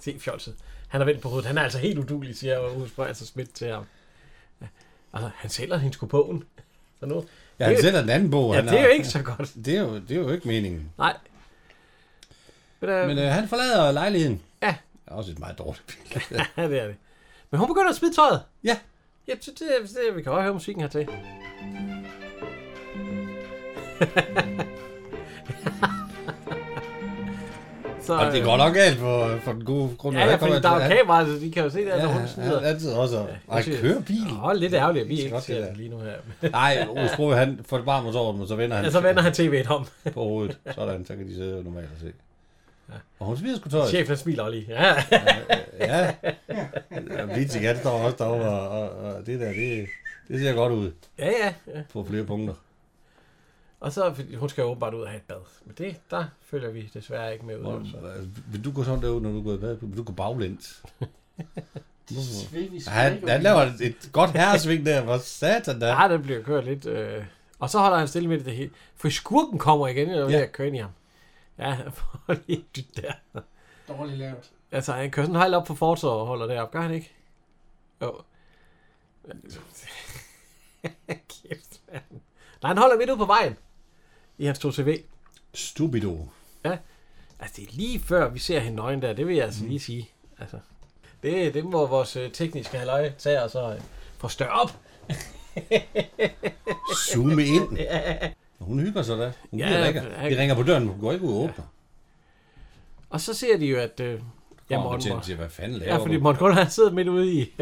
Se fjolset. Han har vendt på hovedet. Han er altså helt udulig, siger Husberg, altså smidt til ham. Ja. Altså, han sælger hende sgu bogen. Så nu, Ja, han Det- sætter den anden bog. Ja, han det er har. jo ikke så godt. Det er jo, det er jo ikke meningen. Nej. Men, øh, Men øh, han forlader lejligheden. Ja. Det er også et meget dårligt billede. ja, det er det. Men hun begynder at smide tøjet. Ja. Ja, det, det, det, vi kan også høre musikken hertil. *laughs* Så, øh, Og det går nok galt for, for den gode grund. Ja, ja, fordi der er jo kamera, så de kan jo se det, Ja, når hun han- smider. han sidder også og- Ej, jeg synes- kør bilen. Åh, lidt ærgerligt, at vi Det er ikke godt, det ser der. det lige nu her. Nej, Ole Sprogøe, han forbarmer sig over dem, og så vender han. Ja, så vender han tv'et om. på hovedet. Sådan, så kan de sidde normalt og se. Og hun smider sgu tøjet. Chefen han smiler også lige. Ja. Ja. ja. Vitsig, han står også derovre, og, og, og det der, det, det ser godt ud. Ja, ja, ja. På flere punkter. Og så, fordi hun skal jo åbenbart ud og have et bad. Men det, der følger vi desværre ikke med ud. Hvor, så. vil du gå sådan derud, når du går i bad? Vil du gå baglæns? Uh. sving- vi Hvorfor? sving- Han, han laver et, et godt herresving der. Hvor satan der. Ja, Ah, den bliver kørt lidt. Øh. Og så holder han stille med det hele. For skurken kommer igen, og Ja. ja. jeg kører ind i ham. Ja, for lige dyt der. Dårligt lavet. Altså, han kører sådan højt op på fortorvet og holder derop, gør han ikke? Jo. *laughs* Kæft, mand. Nej, han holder midt ude på vejen. I hans 2CV. Stupido. Ja. Altså, det er lige før vi ser hende nøgen der, det vil jeg altså lige sige. Altså, det, det må vores øh, tekniske halvøje tage og så øh, få større op. Zoome *laughs* ind. Og Hun hygger sig da. Hun Ja, ja, ikke. ja. De ringer på døren, men hun går ikke ud og åbner. Og så ser de jo, at... Øh, Ja, Morten til siger, hvad fanden laver Ja, fordi du? Morten Gunnar, han sidder midt ude i...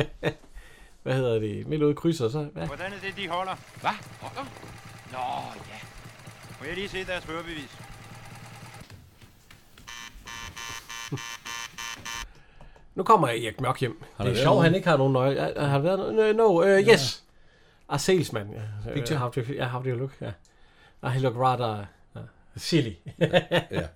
*laughs* hvad hedder det? Midt ude i krydset, og så... Hvad? Hvordan er det, de holder? Hvad? Holder? Nå, ja. Må jeg lige se deres førerbevis? Nu kommer Erik Mørk hjem. der Har det været er sjovt, nogen? han ikke har nogen nøgle. Ja, Har der været noget? No, no uh, yes. A salesman. Ja. Picture. Uh, how, do you, yeah, how do you look? Yeah. I look rather uh, silly. *laughs* ja.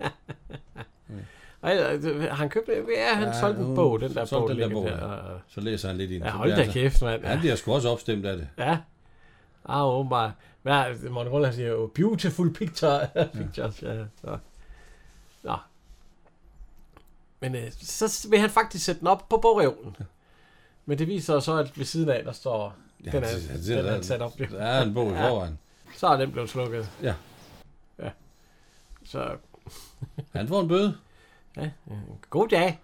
Og, øh, har han købt Ja, han ja, solgte en hun bog, den der solgte bog. den der ligger bog, der, ja. og- Så læser han lidt i den. Ja, Så hold bliver da han så- kæft, mand. Han bliver sgu også opstemt af det. Ja. Ah, åbenbart. Hvad, Morten Roller siger jo, beautiful picture. *laughs* pictures, ja. Så. Nå. Men øh, så vil han faktisk sætte den op på bogreolen. Men det viser så, at ved siden af, der står... Ja, den er, han siger- han siger, den der er er han sat op. jo. der er en bog i forvejen. Så er den blevet slukket. Ja. Ja. Så... Han får en bøde. Ja, god dag.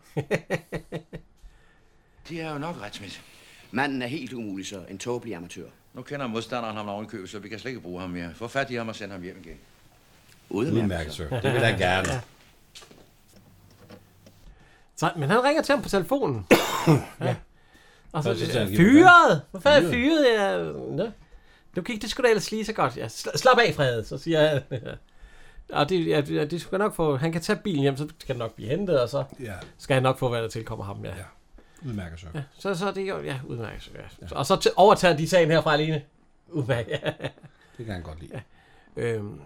De er jo nok ret, Smith. Manden er helt umulig, så en tåbelig amatør. Nu kender modstanderen ham oven i købet, så vi kan slet ikke bruge ham mere. Få fat i ham og send ham hjem igen. Udmærket, sir. Det vil jeg gerne. Så, men han ringer til ham på *coughs* telefonen. ja. Og så, Og så siger han, giv mig fyret! Hvor fanden er Fyret? fyret? Ja. Nå. Du gik det sgu da ellers lige så godt. Ja, sla- slap af, Frede, så siger jeg. Og det, ja, det- ja, det skal nok få, han kan tage bilen hjem, så skal den nok blive hentet, og så Ja. skal han nok få, hvad der tilkommer ham. Ja. ja. Udmærket, sir. Ja, så, så er det jo, ja, udmærket. så, Ja. Ja. Og så t- overtager de sagen herfra alene. Udmærket. Ja. Det kan han godt lide. Ja. Øhm,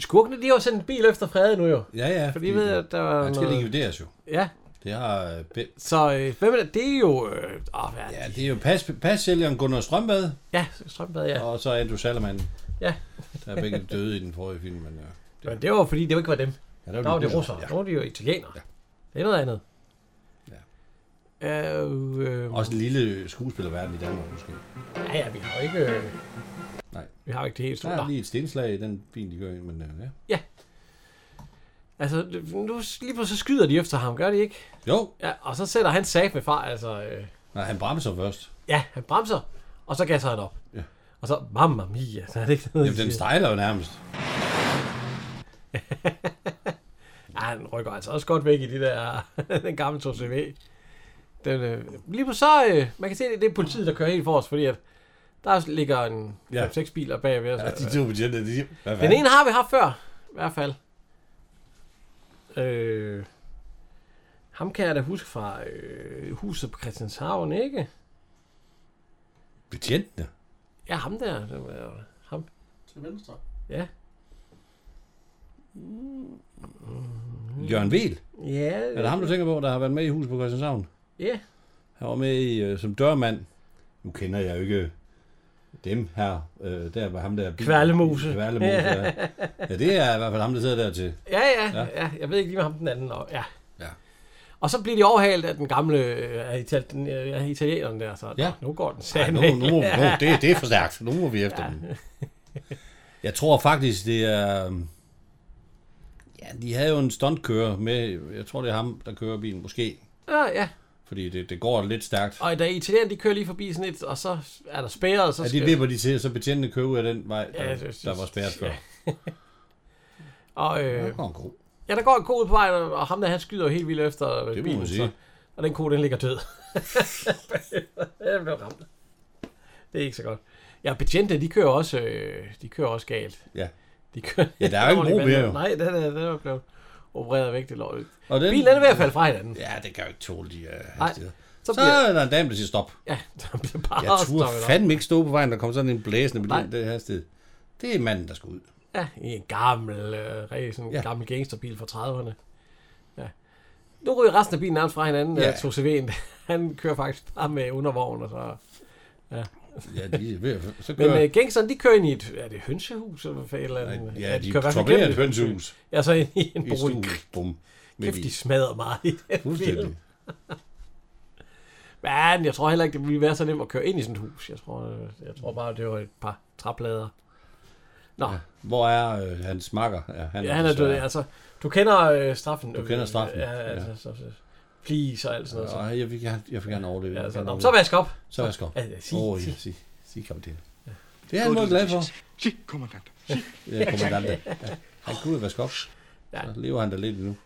skurkene, de har jo sendt en bil efter Frede nu jo. Ja, ja. For de ved, at der var Han skal likvideres jo. Ja. Det har... øh, Be- Så øh, hvem er det? Det er jo... Øh, åh, hvad er det? ja, det er jo pas, passælgeren Gunnar Strømbad. Ja, Strømbad, ja. Og så Andrew Salaman. Ja. Der er begge døde i den forrige film, men ja. Men det var fordi, det jo ikke var dem. Ja, Ja, det var der var de det russere, russere. ja. Ja. Nu er de jo italienere. Ja. Det er noget andet. Ja. Øh, øh, Også en lille skuespillerverden i Danmark, måske. ja, ja, vi har jo ikke... Øh, Nej. Vi har jo ikke det helt Der store. er Nå. lige et stenslag i den bil, de kører ind, men øh, ja. Altså, nu lige pludselig skyder de efter ham, gør de ikke? Jo. Ja, og så sætter han sat med far, altså... Øh, Nej, han bremser først. ja, han bremser, og så gasser han op. Ja. Og så, mamma mia, så er det ikke noget, Jamen, de den siger. stejler jo nærmest. Ja, han rykker altså også godt væk i det der, *laughs* den gamle 2CV. Den, øh, lige på så, øh, man kan se, det, det er politiet, der kører helt for os, fordi at der ligger en Ja. ja. 6 biler bagved os. Ja, de to betjente, de... Hvad Den ene har vi haft før, i hvert fald. Øh, ham kan jeg da huske fra øh, huset på Christianshavn, ikke? Betjentene? Ja, ham der. Det var, ham. Til venstre. Ja. Jørgen Vel. Ja. Er det ham, du tænker på, der har været med i huset på Christianshavn? Ja. Han var med i, øh, som dørmand. Nu kender jeg jo ikke øh, dem her. Øh, der var ham der... Kvalmose. Kvalmose, ja. *laughs* ja. det er i hvert fald ham, der sidder der til. Ja, ja, Ja. ja, ja. Jeg ved ikke lige med ham den anden. Og, ja. Ja. Og så bliver de overhalet af den gamle øh, af ital- den, øh, af italieneren der. Så, Ja. ja. nu går den Ej, sand. nu, nu, nu, *laughs* nu, det, det er for stærkt. Nu må vi efter ja. dem. Jeg tror faktisk, det er... øhm, Ja, de havde jo en stuntkører med. Jeg tror, det er ham, der kører bilen. Måske. Ja, ja. Fordi det, det går lidt stærkt. Og da italieneren, de kører lige forbi sådan et, og så er der spæret, så Ja, de vipper de til, så betjentene kører ud af den vej, der, Ja, ja, det synes- der var spærret før. ja. Og, øh, Der går en ko. Ja, der går en ko ud på vejen, og og ham der, han skyder jo helt vildt efter det man bilen. sige. Så, og den ko, den ligger død. *laughs* jeg blev ramt. Det er ikke så godt. Ja, betjente, de kører også, øh, de kører også galt. Ja. De kører, Ja, *laughs* der er jo ikke ordentligt bro mere, vandet. jo. Nej, den er, den er blevet opereret væk, det lort. Og den- Bilen den er ved at falde fra hinanden. Ja, det kan jo ikke tåle de uh, Nej, hastigheder. så Så, så bliver- er der en dame, der siger stop. Ja, *laughs* der bliver bare Jeg turde stoppet op. fandme ikke stå på vejen, der kom sådan en blæsende med Nej. den, den hastighed. Det er manden, der skal ud. Ja, i en gammel, øh, rigtig sådan en Ja. ja. gammel gangsterbil fra 30'erne. Ja. Nu ryger resten af bilen nærmest fra hinanden, Ja. ja. tog CV'en. *laughs* Han kører faktisk bare med undervogn og så... Ja. Ja, de er ved at- så Men kører- øh, gangsterne, de kører ind i et... Er det hønsehus eller hvad eller andet? Ja, de kører i hvert fald torperer gennem et hønsehus. Ja, så ind i en I stuen. bolig. Bum. Med Kæft, bil. de smadrer meget *laughs* i den Fuldstændig. film. Men jeg tror heller ikke, det ville være så nemt at køre ind i sådan et hus. Jeg tror, øh, jeg tror bare, det var et par træplader. Nå, ja. Hvor er øh, hans makker? Ja, han, Han ja, han er død. desværre- Altså, du kender øh, straffen. Du kender straffen, Ja, altså, ja. ja. Så, så, please og alt sådan noget. altså, Så. Nå, jeg vil gerne, jeg vil gerne overleve. Ja, altså, Jeg vil nå, gerne så overleve. vask op. Så vask op. Ja, ja, sig, Åh, ja, sig. sig. Sig, kaptajn. Det er han meget glad for. Sig, kommandant. Ja, kommandant. *laughs* Ja. Han kunne jo vaske op. Så lever han der lidt nu.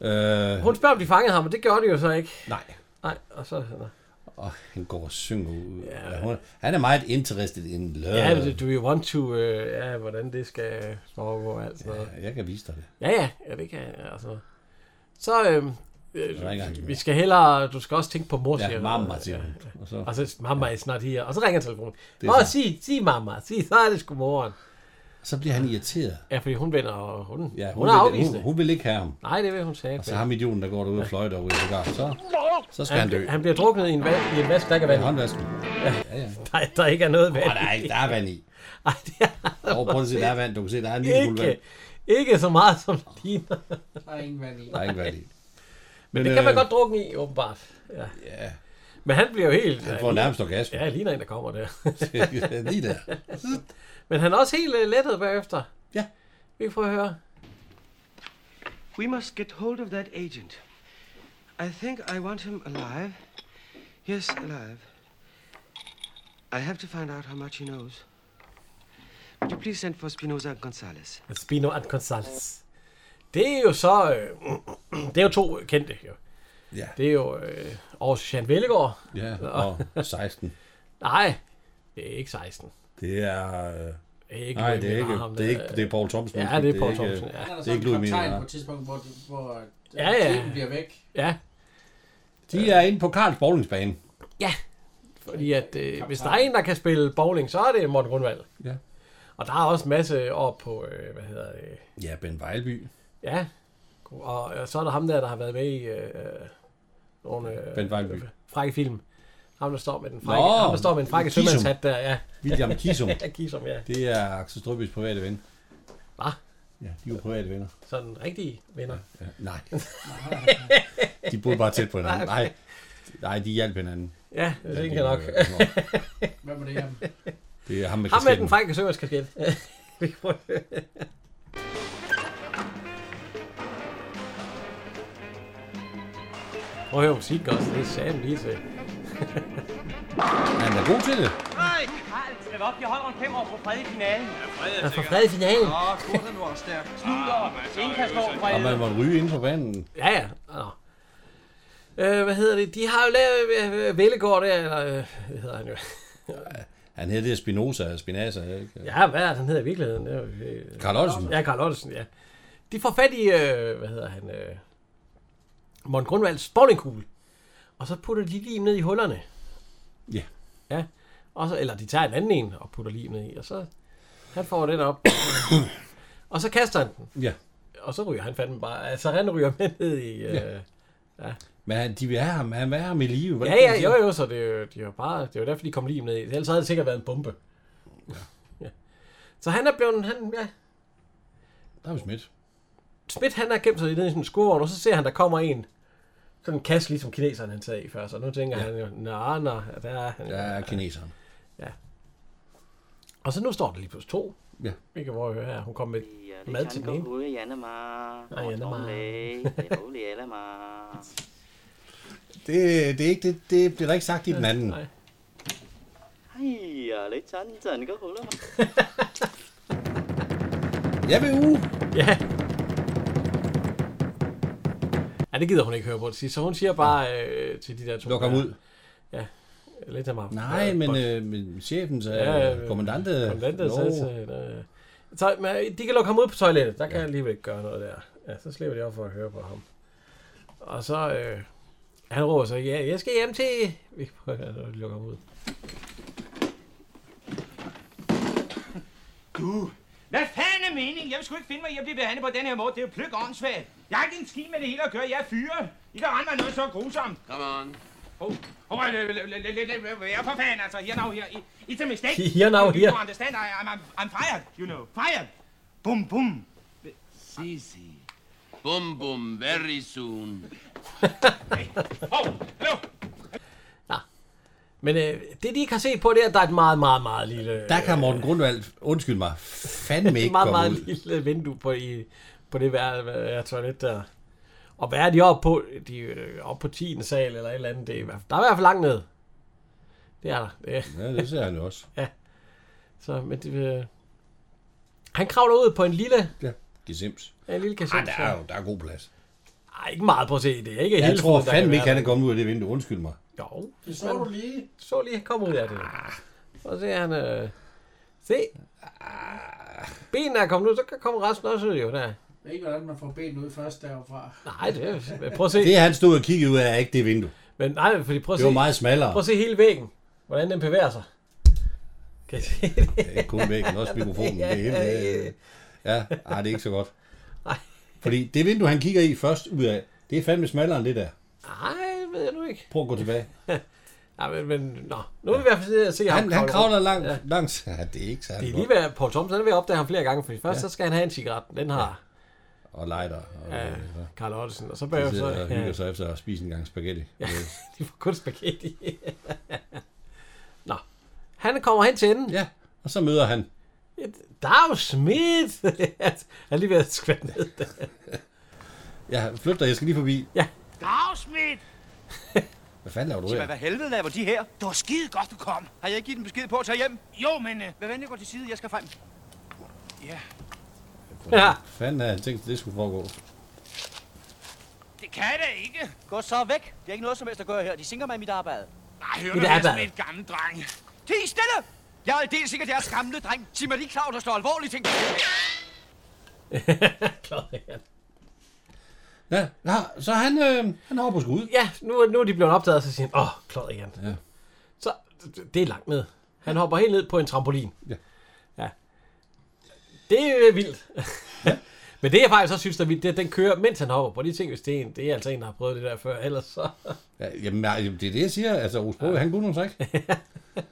Øh, Hun spørger, om de fangede ham, og det gjorde de jo så ikke. Nej. Nej, og så... Nå. og han går og synger ud. Ja. Hun, han er meget interested in love. Ja, det- do you want to... Øh, ja, hvordan det skal foregå og alt sådan noget. Jeg kan vise dig det. Ja, ja, ja det kan jeg. Altså. Så... Øh, Så ringer han til øh, vi mor. skal hellere... Du skal også tænke på mor, Ja, siger mamma, hun. siger hun. Ja, Og Og så- så, og så mamma ja. is not here. Og så ringer telefonen. er Nå, så- sig, sig mamma. Sig, så er det sgu moren. Så bliver han irriteret. Ja, fordi hun vender, og hun, Ja, hun, hun, er vil, afvisende. hun, hun vil ikke have ham. Nej, det vil hun sige. Og så ham idioten, der går derude og fløjter og ryger cigar. Så, så skal han, han, dø. han bliver druknet i en, va- i en vask, der ikke er vand i. Håndvasken. Ja, ja. Der, der ikke er noget vand Åh, der er ikke- der er vand i. Ej, det er Og prøv at se, der er vand. Du kan se, der er en lille smule vand. Ikke, ikke så meget, som det ligner. Der er ingen vand i. Der er ikke vand i. Men, det kan man øh, godt drukne i, åbenbart. Ja. ja. Men han bliver jo helt... Han får ja, nærmest orgasme. Ja, ligner en, der kommer der. *laughs* *laughs* Lige der. Men han er også helt øh, lettet bagefter. Ja. Vi kan prøve at høre. We must get hold of that agent. I think I want him alive. Yes, alive. I have to find out how much he knows. Would you please send for Spinoza and Gonzalez? Spino and Gonzalez. Det er jo så... Øh, *clears throat* det er jo to kendte, jo. Ja. Det er jo øh, Aarhus Jean Vellegaard. Ja, og 16. Nej, det er ikke 16. Det er... øh, Ikke nej, Louis det er ikke, Miller, ham det er der- ikke, det er Paul Thompson. øh, Ja, undskyld. det er Paul ikke- Thompson, ja. Han er der Det er sådan ikke en Louis kaptajn på Miller. et tidspunkt, hvor, de, hvor Ja, ja. teamet bliver væk. Ja. De er inde på Karls bowlingsbane. Ja, fordi at øh, hvis der er en, der kan spille bowling, så er det Morten Grundvald. Ja. Og der er også en masse op på, øh, hvad hedder det? Ja, Ben Vejlby. Ja, og, og så er der ham der, der har været med i øh, nogle øh, Ben Vejlby. frække film. Ham, der står med den Nå, frække, ham, der står med en frække Kisum. sømandshat der, ja. William Kisum. ja, Kisum, ja. Det er Axel Strøbys private ven. Hvad? Ja, de er jo private venner. Sådan rigtige venner. Ja, nej. De boede bare tæt på hinanden. Nej, nej de hjalp hinanden. Ja, Ah, det tænker jeg var- nok. *laughs* Hvad var *laughs* det, ham? Det er ham med Ham med den kasketten. frække *laughs* sømandskasket. Vi kan prøve det. Prøv at høre musikken også. Det er sammen lige til. Han er god til det. Nej! Karl, slap op. Jeg holder om fem år for fred i finalen. Ja, fred er for fred i finalen. Åh, kursen nu også stærk. Snuder. Ingen kan slå fred. Og man måtte ryge ind på banen. Ja, ja. Nå. Øh, hvad hedder det? De har jo lavet øh, øh, Vellegård der, eller øh, hvad hedder han jo? Han hedder det Spinoza, Spinaza, ikke? Ja, hvad er det, han hedder i virkeligheden? Det er jo, øh, Carl Ottesen. Ja, Carl Ottesen, ja. De får fat i, øh, hvad hedder han, øh, Morten Grundvalds bowlingkugle. Og så putter de lige ned i hullerne. Ja. Ja. Og så, eller de tager en anden en og putter lige ned i, og så han får den *coughs* op. og så kaster han den. Ja. Og så ryger han fandme bare, altså han ryger med ned i... Øh, Ja. ja. ja. Men han, de vil have ham, han vil have ham i live. Ja, Hvordan kan man ja, sige? jo, jo, så det er jo, det er jo bare, det er jo derfor, de kom lige med. Ellers havde det sikkert været en bombe. Ja. ja. Så han er blevet, han, ja, Der er jo Schmidt. Smidt, han har gemt sig nede i sådan en skurvogn, og så ser han, der kommer en. Sådan en kasse, ligesom kineseren han sagde før, så nu tænker ja. han jo, nej, nej, der er han. Der er kineseren. Ja. Og så nu står der lige pludselig to. Ja. Vi kan prøve at høre her, hun kom med det er mad kan til den gå ene. ud i Annemar. Nej, Annemar. Holy Annemar. Det, det, er ikke, det, det bliver der ikke sagt i den anden. Nej. Hej, er og lidt sådan, sådan går huller mig. Jeg vil uge. Ja. Ja, det gider hun ikke høre på det sidste, så hun siger bare øh, til de der to. Luk ham der- ud. Ja, lidt af mig. Nej, men, øh, men chefen, så Ja, ja, øh, kommandantet. Kommandantet jo. sagde til, øh, så, men øh, de kan lukke ham ud på toilettet. Der kan ja. jeg alligevel ikke gøre noget der. Ja, så slipper de op for at høre på ham. Og så... Øh, han råber så, ja, jeg skal hjem til... *laughs* Vi kan prøve at lukke ham ud. Uh. Du! Hvad fanden er meningen? Jeg vil sgu ikke finde mig i at blive behandlet på den her måde. Det er jo pløk åndssvagt. Jeg har ikke en skid med det hele at gøre. Jeg er fyret. I kan rende mig noget så grusomt. Come on. Oh, oh, lad være for fanden, altså. Here now, here. It- It's a mistake. *laughs* Here now, You- here. You understand? I, I'm, I'm, I'm fired, you know. Fired. Bum, bum. Sisi. Bum bum, very soon. Men øh, det, de ikke har set på, det er, at der er et meget, meget, meget lille... Der kan Morten Grundvald, undskyld mig, fandme *laughs* ikke meget, komme meget ud. lille vindue på, i, på det vær, vær, toilet der. Og hvad er de oppe på? De er øh, oppe på 10. sal eller et eller andet. Det er, i hvert fald- der er i hvert fald langt ned. Det er der. Det er. Ja, det ser han jo også. Ja. Så, men det, øh, han kravler ud på en lille, Ja. Gesims. ja, en lille kasse. Ah, der er jo der er god plads. Ej, ikke meget på at se. Det er ikke Jeg hele tror foden, der fandme kan ikke, være han er kommet ud af det vindue. Undskyld mig. der. Jo, Det så du lige. så lige, kom ud af det. Ah. Og så er han, øh, se. Ah. Benene er kommet ud, så kan komme resten også ud, jo. Der. Jeg ved ikke, hvordan man får benene ud først deroppe. Nej, det er, prøv at se. Det, han stod og kiggede ud af, er ikke det vindue. Men nej, fordi prøv at Det se. var meget smallere. Prøv at se hele væggen. Hvordan den bevæger sig. Kan I se det? Ja, ikke kun *laughs* væggen, også mikrofonen. Det er helt, øh, ja, ah, det er ikke så godt. Fordi det vindue, han kigger i først ud af, det er fandme smallere end det der. Nej, ved jeg nu ikke. Prøv at gå tilbage. Nej, men, men nå. Nu er vi i hvert fald se, at Han, han kravler langt, Ja. langt. Ja, det er ikke særlig Det er godt. lige ved, Paul Thomsen han er ved at opdage ham flere gange, fordi først ja. så Ja. skal han have en cigaret. Den har Og lighter. Og, ja, øh, så. Carl Ottesen, og så De bagefter så... sidder og hygger Ja, sig efter at spise en gang spaghetti. Ja. de får kun spaghetti. nå, han kommer hen til enden. Ja, og så møder han. Der er jo smidt! *laughs* han er lige ved at skvatte ned. Ja, flyt dig, jeg skal lige forbi. Ja, Dagsmidt! Hvad fanden laver du Sig mig, her? hvad helvede laver de her? Det var skide godt, du kom. Har jeg ikke givet dem besked på at tage hjem? Jo, men... øh, Uh... Hvad venlig går til side, jeg skal frem. Ja, Ja. Fanden havde han tænkt, at det skulle foregå. det kan jeg da ikke. Gå så væk. Det er ikke noget som helst at gøre her. De sinker mig i mit arbejde. Nej, Mit du, jeg er arbejde. *laughs* sådan et gammel dreng. Ti stille! Jeg er aldeles sikkert jeres gamle dreng. Sig mig lige Claus, der står alvorlige ting. Ja, ja så han, øh, han hopper sgu ud. Ja, nu, er- nu er de blevet opdaget, så siger han, åh, klod igen. Ja. Så det- det er langt ned. Han hopper helt ned på en trampolin. Ja. ja. Det er vildt. Ja. *laughs* Men det, jeg faktisk også synes, der er vildt, det er, at den kører, mens han hopper på de ting, hvis det er en, det er altså en, der har prøvet det der før, ellers så... Ja, jamen, nej, jamen, det er det, jeg siger. Altså, Osbro, ja. han kunne nogle træk.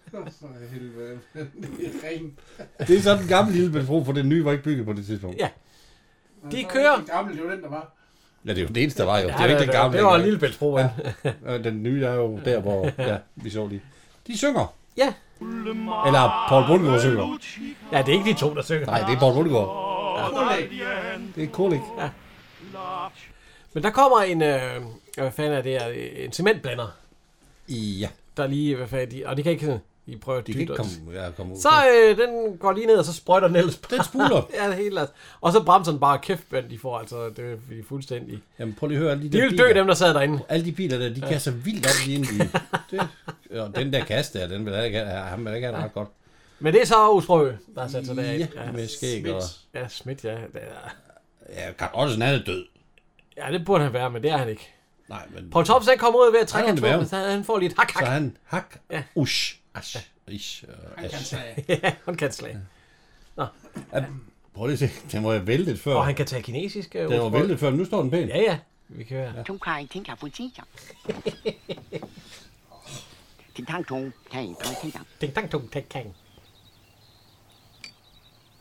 For helvede. Det er rent. *laughs* det er sådan en gammel lille metro, for den nye var ikke bygget på det tidspunkt. Ja. De kører. Det gamle, det var den, der var. Ja, det er jo den eneste, der var jo. Ja, det er jo ikke det- den gamle. det var dengang. Lillebæltsbroen. Ja. Og den nye er jo der, hvor ja, vi så lige. De synger. Ja. Eller Paul Bundgaard synger. Ja, det er ikke de to, der synger. Nej, det er Paul Bundgaard. Det er kolik. Ja. Men der kommer en, øh, hvad fanden er det her, en cementblander. Ja. Der lige, hvad fanden, de, og det kan ikke, de prøver at De kan dytte ikke os. komme, ja, komme ud. Så øh, den går lige ned, og så sprøjter Niels. Den spuler. *laughs* ja, det er helt last. Og så bremser den bare kæft, men de får altså, det er de er fuldstændig. Jamen, prøv lige at høre alle de, De der vil dø, biler. dem der sad derinde. Alle de biler der, de Ja. kaster vildt op lige ind *laughs* i. Det, og den der kasse der, den vil jeg ikke have, han vil ikke have det ret godt. Men det er så Osbrø, der har sat sig derind. Ja, med skæg Schmidt. og- Ja, Schmidt, ja. Det er, Ja, Carl Ottesen, han er død. ja, det burde han være, men det er han ikke. Nej, men... Paul Thompson han kommer ud ved at trække Han hans er det våben, værre. så han får lige et hak, hak. Så han, hak, Ja. altså- ush, ash, ish, uh, ash. ja, han kan slag. Nå. Ja, Prøv lige at se, den må jeg vælte før. Og han kan tage kinesisk. øh, Den var Osbrø. væltet før, men nu står den pænt. Ja, ja. Vi kan høre. 中快听讲 *laughs* 不这样，听他中听他听讲， Ding dang dong tak kang.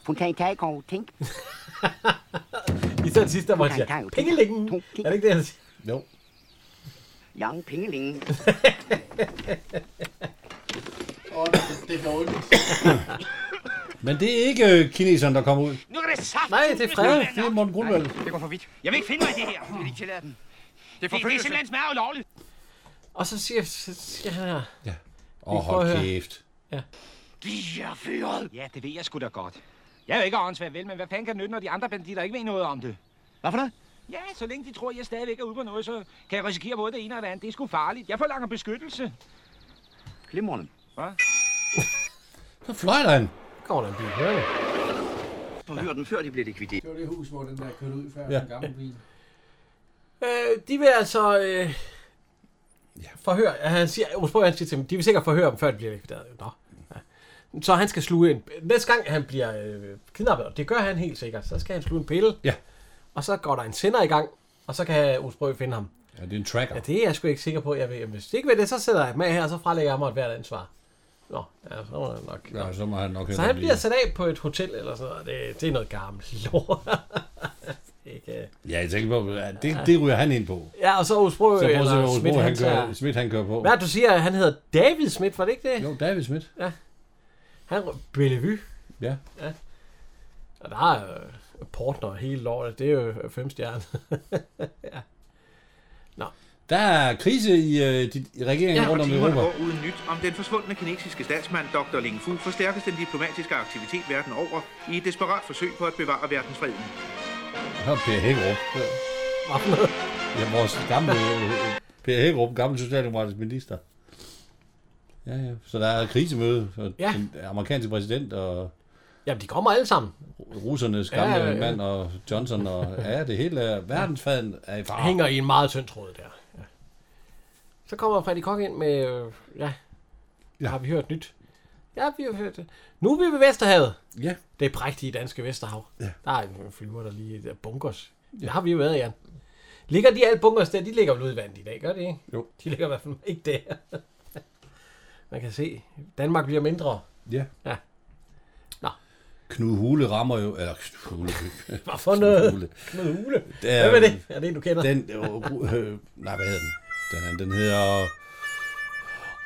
不听太高听， I den sidste, der måtte jeg. Pingelingen. Er det ikke det, han siger? Jo. Yang Pingling， Åh, oh, det, det går ondt. Men det er ikke øh, kineseren, der kommer ud. Nu kan det sagt. Nej, det er Frede. Det er Morten Grundvald. Det går for vidt. Jeg vil ikke finde mig i det her. Jeg vil ikke tillade den. Det er, det, det er forfølgelse. simpelthen smager ulovligt. Og så siger, så siger han her. Ja. Åh, hold kæft. Ja. De er fyret. Ja, det ved jeg sgu da godt. Jeg er jo ikke åndssvagt vel, men hvad fanden kan det nytte, når de andre banditter ikke ved noget om det? Hvad for noget? Ja, så længe de tror, jeg stadigvæk er ude på noget, så kan jeg risikere både det ene og det andet. Det er sgu farligt. Jeg forlanger beskyttelse. Glimrende. Hvad? Så fløjter han. Kommer der en bil her? Forhør den, før de bliver likvideret. Det var det hus, hvor den der kørte ud før, Ja. ja. den gamle bil. Øh, de vil altså... Øh, forhøre, ja, han siger, Osbro, han siger til dem, de vil sikkert forhøre dem, før de bliver likvideret. Nå. Ja. Så han skal sluge en... Næste gang han bliver øh, kidnappet, og det gør han helt sikkert, så skal han sluge en pille. Ja. Og så går der en sender i gang, og så kan Osbro finde ham. Ja, det er en tracker. Ja, det er jeg sgu ikke sikker på. Jeg ved, hvis det ikke ved det, så sætter jeg dem af her, og så frelægger jeg mig et hvert ansvar. Nå, ja, så må jeg nok... Ja, så må han nok Så hellere han blive. bliver sat af på et hotel eller sådan noget. Det, det er noget gammelt lort. *laughs* ikke. øh. Ja, jeg tænker på, ja, det, det ryger han ind på. Ja, og så Osbro Så prøv at se, eller hvor Schmidt, Osbro, han han kører, tager... Schmidt, han kører på. Hvad er det, du siger? Han hedder David Schmidt, var det ikke det? Jo, David Schmidt. Ja. Han Bellevue. Ja. ja. Og der er øh, Portner og hele lortet. Det er jo fem stjerner. *laughs* ja. Nå. Der er krise i, øh, de, i regeringen rundt om i Europa. går uden nyt om den forsvundne kinesiske statsmand Dr. Ling Fu forstærkes den diplomatiske aktivitet verden over i et desperat forsøg på at bevare verdensfreden. Og Per Hækkerup. Ja, vores gamle... øh, Per Hækkerup, gammel socialdemokratisk minister. Ja, ja. Så der er krisemøde. Og Ja. Den amerikanske præsident og Jamen, de kommer alle sammen. russernes gamle Ja, ja, ja, ja, ja. mand og Johnson og ja, det hele er, verdensfaden er i fare. Hænger i en meget tynd tråd der. Ja. Så kommer Freddy Kok ind med... Øh, ja. ja. Har vi hørt nyt? Ja, vi har hørt det. Nu er vi ved Vesterhavet. Ja. Det er prægtige danske Vesterhav. Ja. Der er en flyver, der lige der bunkers. Ja. Der har vi jo været, Jan. Ligger de alle bunkers der? De ligger vel ude i vandet i dag, gør det ikke? Jo. De ligger i hvert fald ikke der. *laughs* Man kan se, Danmark bliver mindre. Ja. Ja. Knud Hule rammer jo... Eller Knud Hule. *laughs* Hvad for noget? Knud Hule? Hvem er det? Er det en, du kender? *laughs* Den, øh, øh, nej, hvad hedder den? Den, anden, den hedder...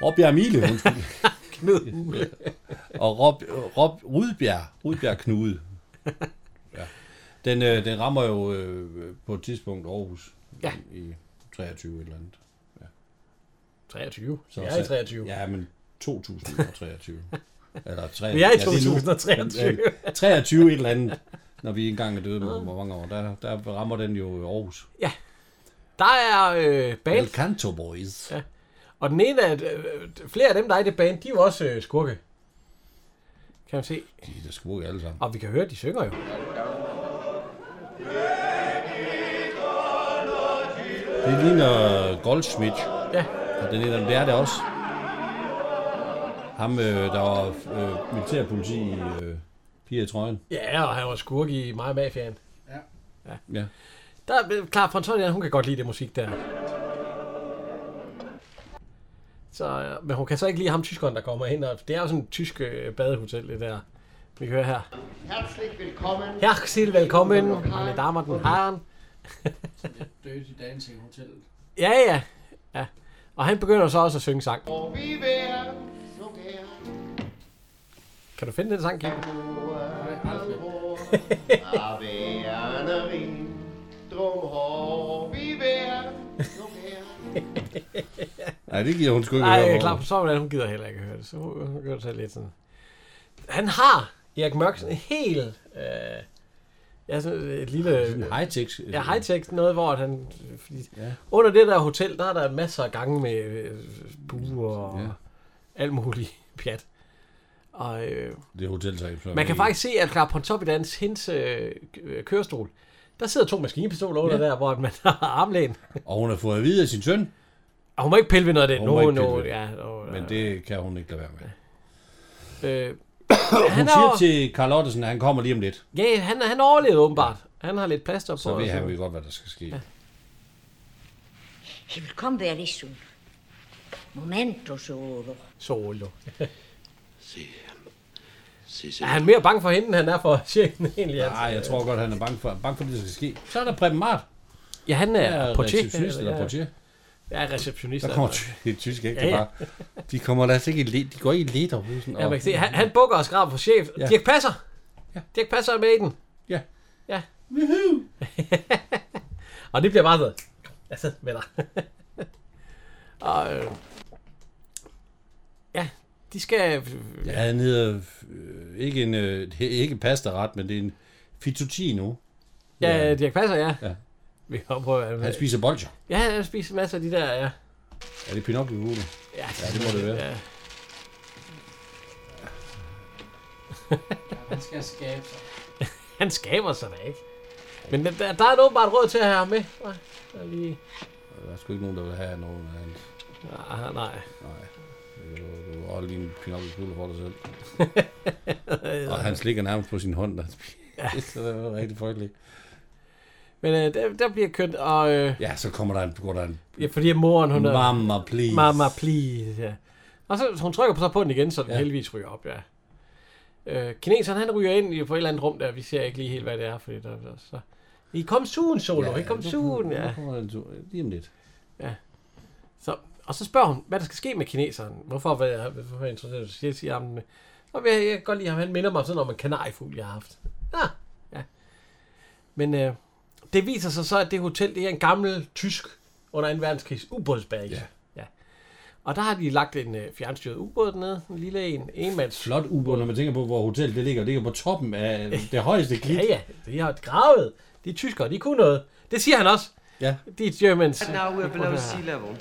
Råbjerg Mile, undskyld. *laughs* Knud Hule. *laughs* og Rob, Rob Rudbjerg, Rudbjerg Knude. Ja. Den, øh, den rammer jo øh, på et tidspunkt Aarhus Ja. i 23 eller andet. Ja. 23. Så vi er i 23. Ja, men *laughs* 2023. eller 23. Vi er i det nu. 2023. Ja, 23 øh, et eller andet, når vi engang er døde med hvor mange år. Der, der rammer den jo Aarhus. Ja. Der er øh, band. El Canto Boys. Ja. Og den ene af, øh, flere af dem, der er i det band, de er jo også øh, skurke. Kan man se. De er da skurke alle sammen. Og vi kan høre, at de synger jo. Det ligner Goldschmidt. Ja. Og den ene af dem, det er det også. Ham, øh, der var øh, militærpoliti øh, piger i trøjen. Ja, og han var skurk i meget mafiaen. Ja. Ja. Der øh, er klar Frontonian, hun kan godt lide det musik der. Så, øh, men hun kan så ikke lide ham tyskeren, der kommer ind. Og det er jo sådan et tysk øh, badehotel, det der. Vi hører her. Herzlich willkommen. Herzlich willkommen, meine Damen und Herren. Dirty Dancing Hotel. Ja, ja, ja. Og han begynder så også at synge sang. Og vi være så gerne. Kan du finde den sang, Kim? Af ærerne rig, drum hår vi være så gerne. Nej, det giver hun sgu ikke Nej, høre jeg er på. klar på sådan, hun gider heller ikke høre det. Så hun hun gør det så lidt sådan. Han har Erik Mørksen en helt... Øh, ja, sådan et lille... Sådan high-tech. øh, Ja, high-tech. Noget, hvor at han... Fordi Ja. Under det der hotel, der er der masser af gange med øh, buer og ja. alt muligt *laughs* pjat. Og øh, Det er hoteltab. så man kan vi- faktisk se, at klar på top i dans, hendes øh, øh, kørestol, der sidder to maskinpistoler under Ja. der, hvor man *laughs* har armlæn. Og hun har fået at vide af sin søn. Og hun må ikke pille ved noget af det. Hun Nu, må ikke pille nu, ved det. ja, og, Men det kan hun ikke lade være med. øh, *coughs* Hun han er siger jo- til Carl Ottesen, at han kommer lige om lidt. Ja, han, han overlevede åbenbart. Han har lidt plaster på. Så ved og han sådan. vel godt, hvad der skal ske. He will come very soon. Momento solo. Solo. *laughs* Si. Si, Er han mere bange for hende, end han er for *laughs* chefen egentlig? Nej, jeg tror godt, han er bange for, bange for det, der skal ske. Så er der Preben Mart. Ja, han er portier, receptionist eller- eller ja. portier. Jeg er receptionist. Der kommer altså. ty- *laughs* et tysk ægte Ja, ja, ja. ja. De kommer der altså ikke i le, de går ikke i leder. Sådan, Ja, man kan se, han, han bukker og skraber for chef. Ja. Ja. Dirk Passer. Ja. Dirk Passer er med i den. Ja. Ja. *laughs* og det bliver bare sådan. Altså, med dig. *laughs* og, øh, ja, de skal... Ja, han hedder øh, ikke en øh, he- ikke pastaret, men det er en fettuccino. Ja, Dirk Passer, ja. Ja. Vi kan prøve at... Han spiser bolcher. Ja, han spiser masser af de der, ja. Er det Pinocchio Hule? Ja, ja, det må det være. Ja. Han skal skabe sig. *laughs* Han skaber sig da ikke. Men der, der er et åbenbart råd til at have ham med. Nej, der er lige... Der er sgu ikke nogen, der vil have nogen af hans. Nej, Ah, nej. Nej. Du, du holder lige en Pinocchio Hule for dig *laughs* selv. Og han slikker nærmest på sin hånd, der Ja. *laughs* så det var rigtig frygteligt. Men øh, der, der bliver kønt, og... Øh, Ja, så kommer der en, går der en ja, fordi moren, hun er... Mamma, please. Mamma, please, ja. Og så hun trykker på, så på den igen, så den ja. Ja. heldigvis ryger op, ja. Øh, kineseren, han ryger ind i, på et eller andet rum der. Vi ser ikke lige helt, hvad det er, fordi der, der så... I kom soon, Solo. Ja, I kom nu soon, kommer- ja. nu kommer der en tur. Lige om lidt. Ja. Så, og så spørger hun, hvad der skal ske med kineseren. Hvorfor var jeg, hvorfor var jeg interesseret? Så siger- siger han, "Nå, men jeg, jeg kan godt lide ham. Han minder mig om sådan om en kanariefugl, jeg har haft. Ja, ja. Men øh, det viser sig så, at det hotel, det er en gammel tysk under 2. verdenskrigs ubådsbase. Ja. ja. Og der har de lagt en øh, fjernstyret ubåd dernede, en lille en, enmands. Flot ubåd, når man tænker på, hvor hotellet det ligger. Det ligger på toppen af øh, det højeste klit. Ja, ja, de har gravet. De er tyskere, de kunne noget. Det siger han også. Ja. De er Germans. And now we're below sea level.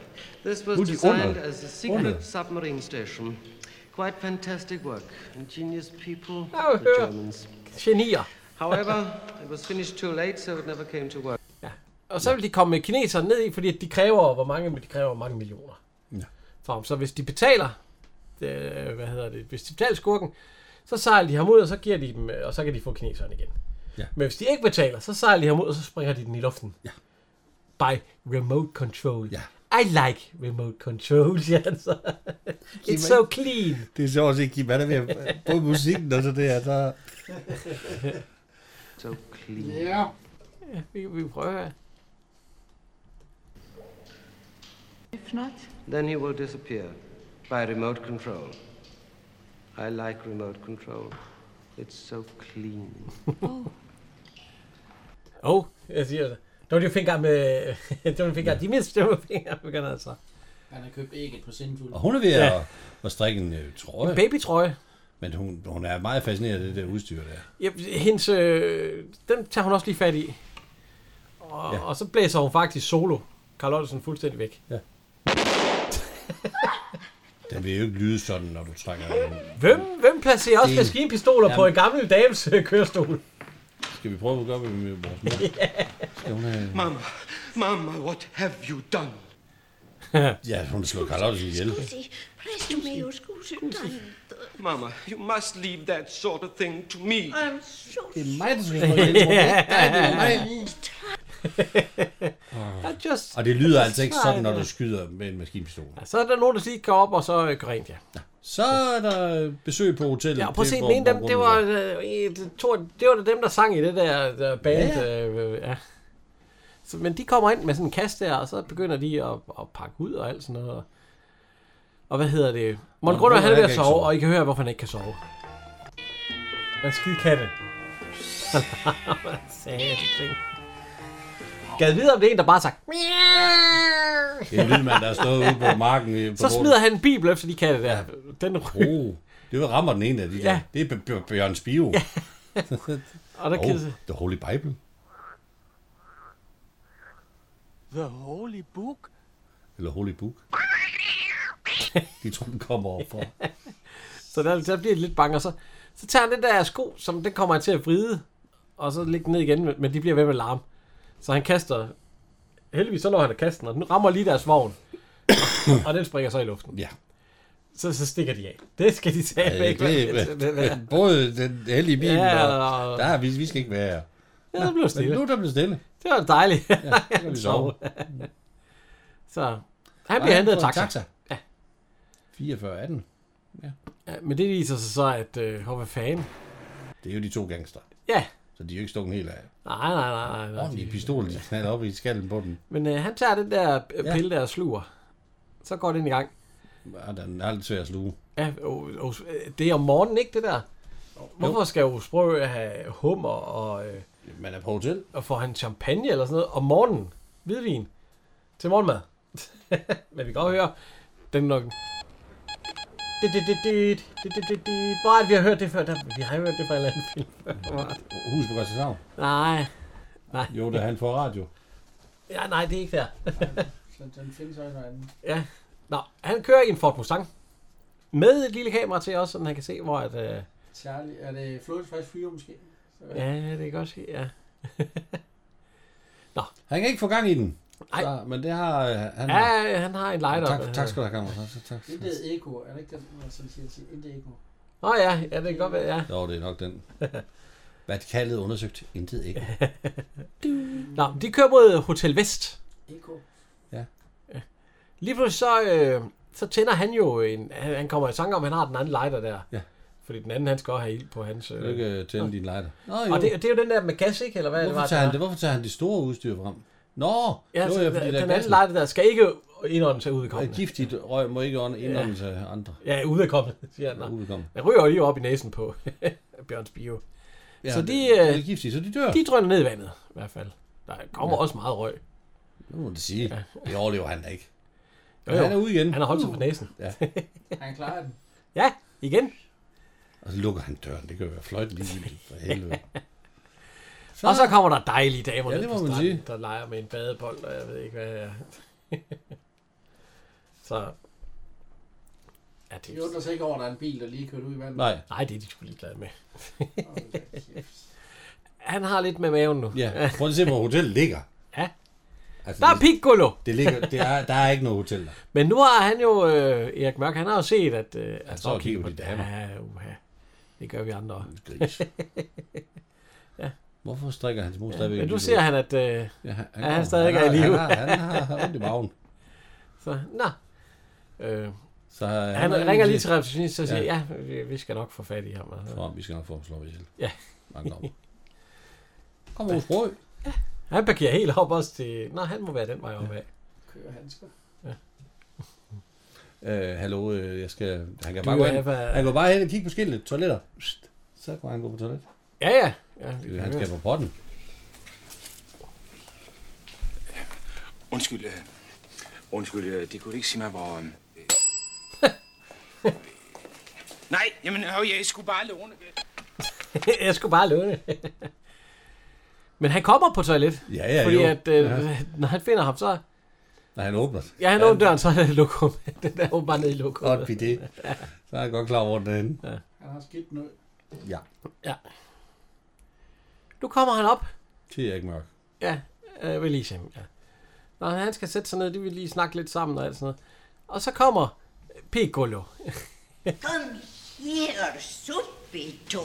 This was Nu er de designed under. as a secret Under. submarine station. Quite fantastic work. Ingenious people, Ja, Oh, the hør. Germans. Genier. However, it was finished too late, so it never came to work. Og så vil de komme kineserne ned i, fordi at de kræver, hvor mange, de kræver mange millioner. Ja. For ham. Så hvis de betaler, det, hvad hedder det, hvis de betaler skurken, så sejler de ham ud, og så giver de dem, øh, og så kan de få kineserne igen. Ja. Men hvis de ikke betaler, så sejler de ham ud, og så springer de den i luften. Ja. By remote control. Ja. I like remote control, siger han så. It's so clean. Det er sjovt at se, Kim, han er ved at både musikken og så det her. Der... So clean. Ja. Ja, vi, vi prøver her. If not? Then he will disappear by remote control. I like remote control. It's so clean. øh, *laughs* Oh, jeg siger det. Don't you think I'm, uh, don't you think I'm, de mister, don't you think I'm, begynder altså. Han har købt ægget på Sindfuld. Og hun er ved ja. at, at strikke en øh, trøje. En babytrøje. Men hun, hun er meget fascineret af det der udstyr der. Ja, hendes, øh, den tager hun også lige fat i. Og, ja. og så blæser hun faktisk solo Carl Ottesen fuldstændig væk. Ja. Den vil jo ikke lyde sådan, når du trækker den. ud. Hvem, hvem placerer også Det- maskinpistoler på Jamen. en gammel dames øh, kørestol? Skal vi prøve at gøre med med vores mor? Skal hun øh- have... Mama, Mama, what have you done? ja, hun slår Carl Ottesen ihjel. Scusi, presto me your scusi Mama, you must leave that sort of thing to me. I'm so Det er mig, der *laughs* skal slå ihjel, mor. Det er ikke dig, det er mig. I just- Og det lyder I altså ikke just sådan, når tried du it. skyder med en maskinpistol. Ja, så er der nogen, der lige går op, og så øh, går rent, ja. Så er der besøg på hotellet. Ja, og prøv at se, Det er, den ene hvor- dem, hvor det rummet var, er. øh, en, to, det var da dem, der sang i det der, der band. Ja. Øh, ja. Så, men de kommer ind med sådan en kasse der, og så begynder de at, at pakke ud og alt sådan noget. Og, og hvad hedder det? Morten Morten Grundvær, han er ved Grundvær at kan sove, ikke sove. og I kan høre, hvorfor han ikke kan sove. Hvad skide katte? Hvad *laughs* sagde jeg ting? Gad vide, om det er en, der bare har sagt, Det er en lydmand, der har stået ude *laughs* på marken. i- På så gården. smider han en bibel efter de katte der. Den ryger. Oh, det rammer den ene af de ja. der. Det er B- B- Bjørn Spiro. Ja. Og der oh, kan- The Holy Bible. The Holy Book? Eller Holy Book. De tror, den kommer overfor. Så der, der bliver de lidt bange, og så, så tager han den der sko, som den kommer han til at vride, og så lægge den ned igen, men- men de bliver ved med larm. Så han kaster, heldigvis så når han at kaste den, og den rammer lige deres vogn, *coughs* og, og den springer så i luften. *laughs* Ja. Så, så stikker de af. Det skal de tage Ja, væk. *laughs* det, *laughs* både den heldige bil, Ja, ja, og- og, der, er vi, vi skal ikke være her. Ja, så blev det stille. Nu er der blevet stille. Det var dejligt. *laughs* Ja, så kan vi sove. så han Og bliver han hentet af får en taxa. taxa. Ja. 44 18. Ja. ja. Men det viser sig så, at øh, åh, hvad fanden. Det er jo de to gangster. Ja. Så de er jo ikke stukket helt af. Nej, nej, nej. nej, nej. Ordentlige pistoler, de knalder op i skallen på den. Men øh, han tager den der øh, pille der og sluger. Så går den i gang. Ja, den er lidt svær at sluge. Ja, o, o, det er om morgenen, ikke det der? Hvorfor skal Osprø have hummer og... Øh, Man er på hotel. Og får han champagne eller sådan noget om morgenen? Hvidvin? Til morgenmad? *laughs* Men vi kan godt høre den nok... Det, det, det, det, det, det, det, det. Hvor er det, vi har hørt det før? Der, vi har hørt det fra en eller anden film. Hvor er det? Hus på Christianshavn. nej. Nej. Jo, da han får radio. Ja, nej, det er ikke der. Så den findes også noget andet. ja. Nå, han kører i en Ford Mustang. Med et lille kamera til også, så han kan se, hvor at... Øh, Charlie, er det Flodens Frisk Fyre måske? Så- ja, det kan godt se, ja. Han kan ikke få gang i den. Nej. Men det har... øh, Han, Ja, han har en lighter. Tak, tak skal du have, kammerat. Tak, tak, tak. Intet eko, er det Altså, ikke den, man sådan siger til? Intet eko. Nå ja, ja, det kan godt være, ja. Jo, det er *laughs* nok den. Vatikanet undersøgt. Intet ikke. Nå, de kører mod Hotel Vest. Eko. Ja. Lige pludselig så, øh, så tænder han jo en... Han, han kommer i tanke om, at han har den anden lighter der. Ja. Fordi den anden, han skal også have ild på hans... Kan du ikke øh, tænde din lighter? Nå, jo. og det, det, er jo den der med gas, ikke? Eller hvad Hvorfor det tager var, han det? Hvorfor tager han det store udstyr frem? Nå, Ja, det var så jo, fordi den, der er den gassen. anden lighter der skal ikke indånde til Et udkommende. giftigt røg må ikke ånde- indånde til andre. Ja, udkommende, siger han. Ja, Nå. udkommende. Han ryger jo lige op i næsen på *laughs* Bjørns bio. Ja, så de, det- det er øh, giftigt, så de dør. De drøner ned i vandet, i hvert fald. Der kommer ja. også meget røg. Nu må det sige. Det overlever han da ikke. Jo, Jo, jo. Han er ude igen. Han har holdt sig for næsen. Ja. Han klarer den. ja, igen. Og så lukker han døren. Det kan jo være fløjt lige for *laughs* helvede. Så... Og så kommer der dejlige damer Ja, ja, det ned må på man stranden, sige. der leger med en badebold, og jeg *laughs* ved ikke hvad. Ja. så... Ja, det De undrer sig ikke over, at der er en bil, der lige kørt ud i vandet. Nej, det er de sgu lige glade med. Han har lidt med maven nu. Ja, prøv lige at se, hvor hotellet ligger. Ja. Altså, Der er piccolo! Det ligger, det er, der er ikke noget hotel der. Men nu har han jo, øh, Erik Mørk, han har jo set, at... Øh, at står og kigger på de damer. Ja, uha. Det gør vi andre også. *laughs* Gris. Hvorfor strikker hans mor stadigvæk? men en nu lille ser ud? han, at, øh, at han kommer. stadig Han er i har- live. Han har, han har, har ondt i maven. Så, nå. Øh, Så han, han han ringer ringer lige til- til receptionisten og siger, ja, Ja. ja vi, vi skal nok få fat i ham. Og, Nå, vi skal nok få ham slået ihjel. Ja. Mange gange. Kom, Hos Brøg. Ja. Han parkerer helt op også til... Nå, han må være den vej opad. Ja. Kører handsker. Øh, hallo, øh, jeg skal... Han Du kan bare gå hen. er bare- Han går bare hen og kigge på skiltet. Toiletter. Pst. Så går han gå på toilet. Ja, ja. ja det han skal på potten. Undskyld, øh, Undskyld, øh, det kunne du ikke sige mig, hvor... *laughs* øhm, øh, Nej, jamen, øh, jeg skulle bare låne det. *laughs* jeg skulle bare låne. Men han kommer på toilet. Ja, ja, Fordi jo. at, øh, Ja. når han finder ham, så... Nej, han åbner. Ja, han åbner døren, så er det lokum. *laughs* Den er åbenbart nede i lokum. Godt idé. Så er jeg godt klar over, hvor den er henne. Ja. Han har skidt noget. ja. Ja. Nu kommer han op. Det er ikke mørk. Ja, øh, ved Lise. Ja. Når han skal sætte sig ned, de vil lige snakke lidt sammen og alt sådan noget. Og så kommer Piccolo. Kom her, Subito.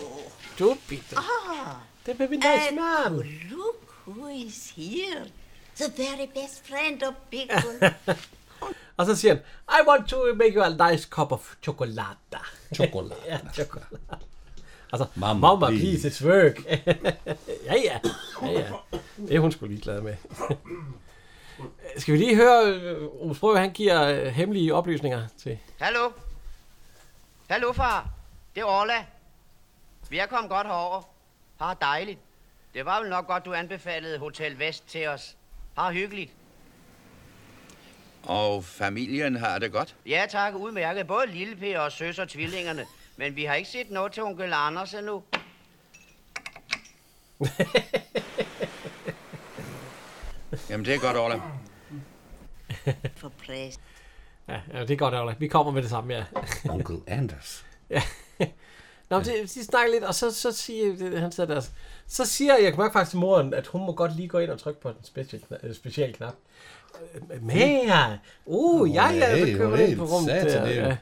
Subito. Ah, det vil vi nice man. Look who is here. The very best friend of *laughs* Piccolo. Og så siger han, I want to make you a nice cup of chocolate. Chocolate. *laughs* ja, chocolate. Altså, Mamma, mamma please. please, it's work. *laughs* ja, ja. ja, ja. Det er hun sgu ligeglad med. *laughs* Skal vi lige høre, øh, Ove Sprøge, han giver øh, hemmelige oplysninger til... Hallo? Hallo, far. Det er Orla. Vi er kommet godt herover. Har dejligt. Det var vel nok godt, du anbefalede Hotel Vest til os. Har hyggeligt. Og familien har det godt. Ja, tak. Udmærket. Både Lille P og Søs og tvillingerne. Men vi har ikke set noget til onkel Anders endnu. Jamen, det er godt, Orla. For præst. Ja, ja det er godt, Ola. Vi kommer med det samme, ja. Onkel Anders. ja. Nå, men det, de snakker lidt, og så, så siger det, han sidder der. Så siger jeg Mørk faktisk til moren, at hun må godt lige gå ind og trykke på den specielle, kna- øh, specielle knap. Mære! Uh, ja, ja, Hey, så køber hey, ind på rummet satan, der. det er jo- Ja.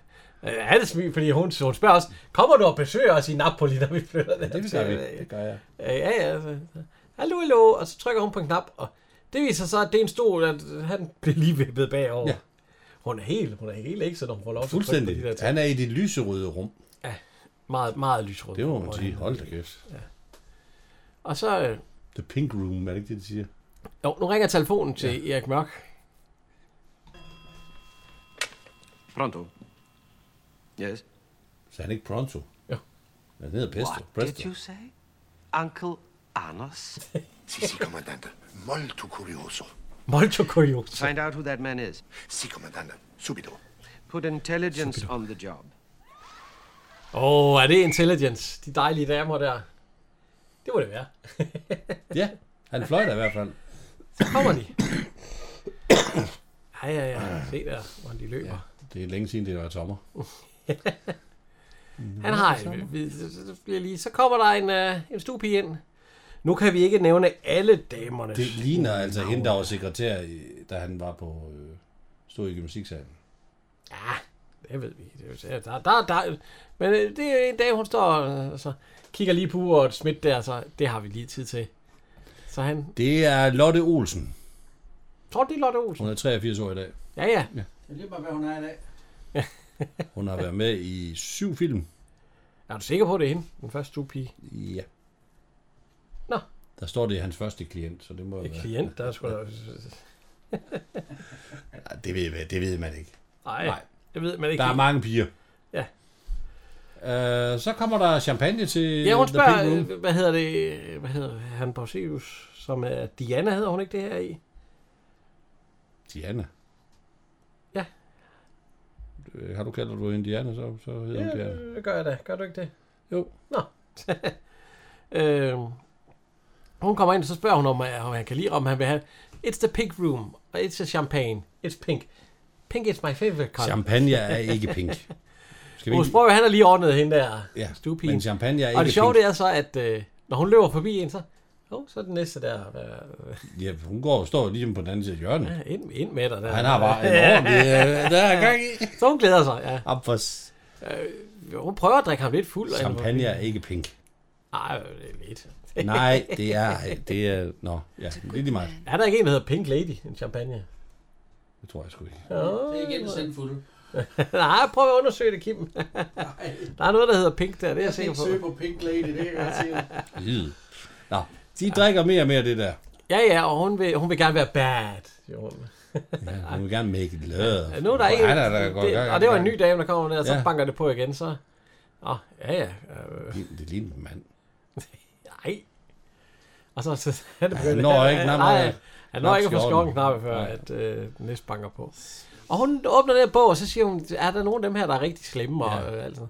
Ja, han er smil, fordi hun, hun spørger os, kommer du og besøger os i Napoli, når vi flytter der? øh, det gør vi. Det gør jeg. Ja, ja, ja. så- så, Hallo, hallo. Og så trykker hun på en knap, og det viser sig, at det er en stol, at han bliver lige vippet bagover. Ja. Hun er helt, hun er helt ikke, så hun får lov til at trykke på de der Fuldstændig. ting. Han er i det lyserøde rum. Ja, meget, meget lysrød. Det må man sige. Hold da kæft. Ja. Og så... øh, The pink room, er det ikke det, de siger? Jo, nu ringer telefonen til ja. Erik Mørk. Pronto. Yes. Så han er ikke pronto? Ja. Han hedder Pesto. What Presto. you say? Uncle Anders? Sì, sì, comandante. Molto curioso. Molto curioso. Find out who that man is. Sì, comandante. Subito. Put intelligence on the job. Åh, oh, er det intelligence? De dejlige damer der. Det må det være. ja, han fløj der i hvert fald. Så kommer de. Ja, ja, ja. Se der, hvordan de løber. Det er længe siden, det var sommer. Han har en, vi- så- så bliver lige, så kommer der en, uh, en stuepige ind. Nu kan vi ikke nævne alle damerne. Det ligner altså hende, der var sekretær, i- da han var på... Øh, stod i gymnastiksalen. Det ved vi. Det er, jo- der, der, der, men øh, det er en dag, hun står og så kigger lige på uret smidt der, så det har vi lige tid til. Så han, Det er Lotte Olsen. tror du, det er Lotte Olsen? Hun er 83 år i dag. Ja, ja. Det er lige bare, hvad hun er i dag. Hun har været med i syv film. Er du sikker på, det er hende? Den første stuepige? Ja. Nå. Der står det er hans første klient, så det må jo Det er være. klient, der er sgu da... Ja, det, ved, det ved man ikke. Nej, det ved man ikke Der er helt. mange piger. Ja. Øh, så kommer der champagne til Ja, hun The Pink spørger, Room. øh, hvad hedder det, øh, hvad hedder han Borseus, som er Diana, hedder hun ikke det her i? Diana. Ja. Øh, Har du kaldt du hende Diana, så, så hedder hun Ja, Diana. det Øh, gør jeg da. Gør du ikke det? Jo. Nå. *laughs* øhm, hun kommer ind, og så spørger hun, om, øh, om han kan lide, om han vil have... It's the pink room, og it's a champagne. It's pink. Pink is my favorite color. Champagne er ikke pink. Skal Skal vi vi... ikke- Sprøve, han har lige ordnet hende der. Ja, stuepigen. men champagne er Og ikke det sjove, pink. det er så, at øh, når hun løber forbi en, så... Oh, så er den næste der. Øh, Ja, hun går og står ligesom på den anden side af hjørnet. Ja, ind, ind med dig der. Han har bare en ordentlig... øh, der er gang i. Så hun glæder sig, ja. Op for s- Øh, hun prøver at drikke ham lidt fuld. og han- Champagne er ikke pink. Nej, det er lidt. Nej, *laughs* det er... Det er nå, ja, det er lige meget. Er der ikke en, der hedder Pink Lady, en champagne? Det tror jeg sgu ikke. Åh. Det er igen sendfulde. *laughs* Nej, prøv at undersøge det, Kim. *laughs* der er noget, der hedder Pink der, det Jeg er jeg kan sikker ikke søge på. på Pink Lady, det kan jeg godt sige. Lyd. Nå, de drikker mere og mere det der. Ja, ja, og hun vil, hun vil gerne være bad. Jo. Ja, hun vil gerne make it love. Ja, nu er der en, Han er der går i gang. det, og det var en ny dame, der kommer ned, og så Ja. ja. banker det på igen, så... Nå, ja, ja. Øh, Det ligner en mand. nej. Og så, så han når ikke, nej, nej. nej. Han når ikke at få skorkenknappe, før at øh, næst banker på. Og hun åbner den her bog, og så siger hun, er der nogen af dem her, der er rigtig slemme? Ja. Og, øh, altså.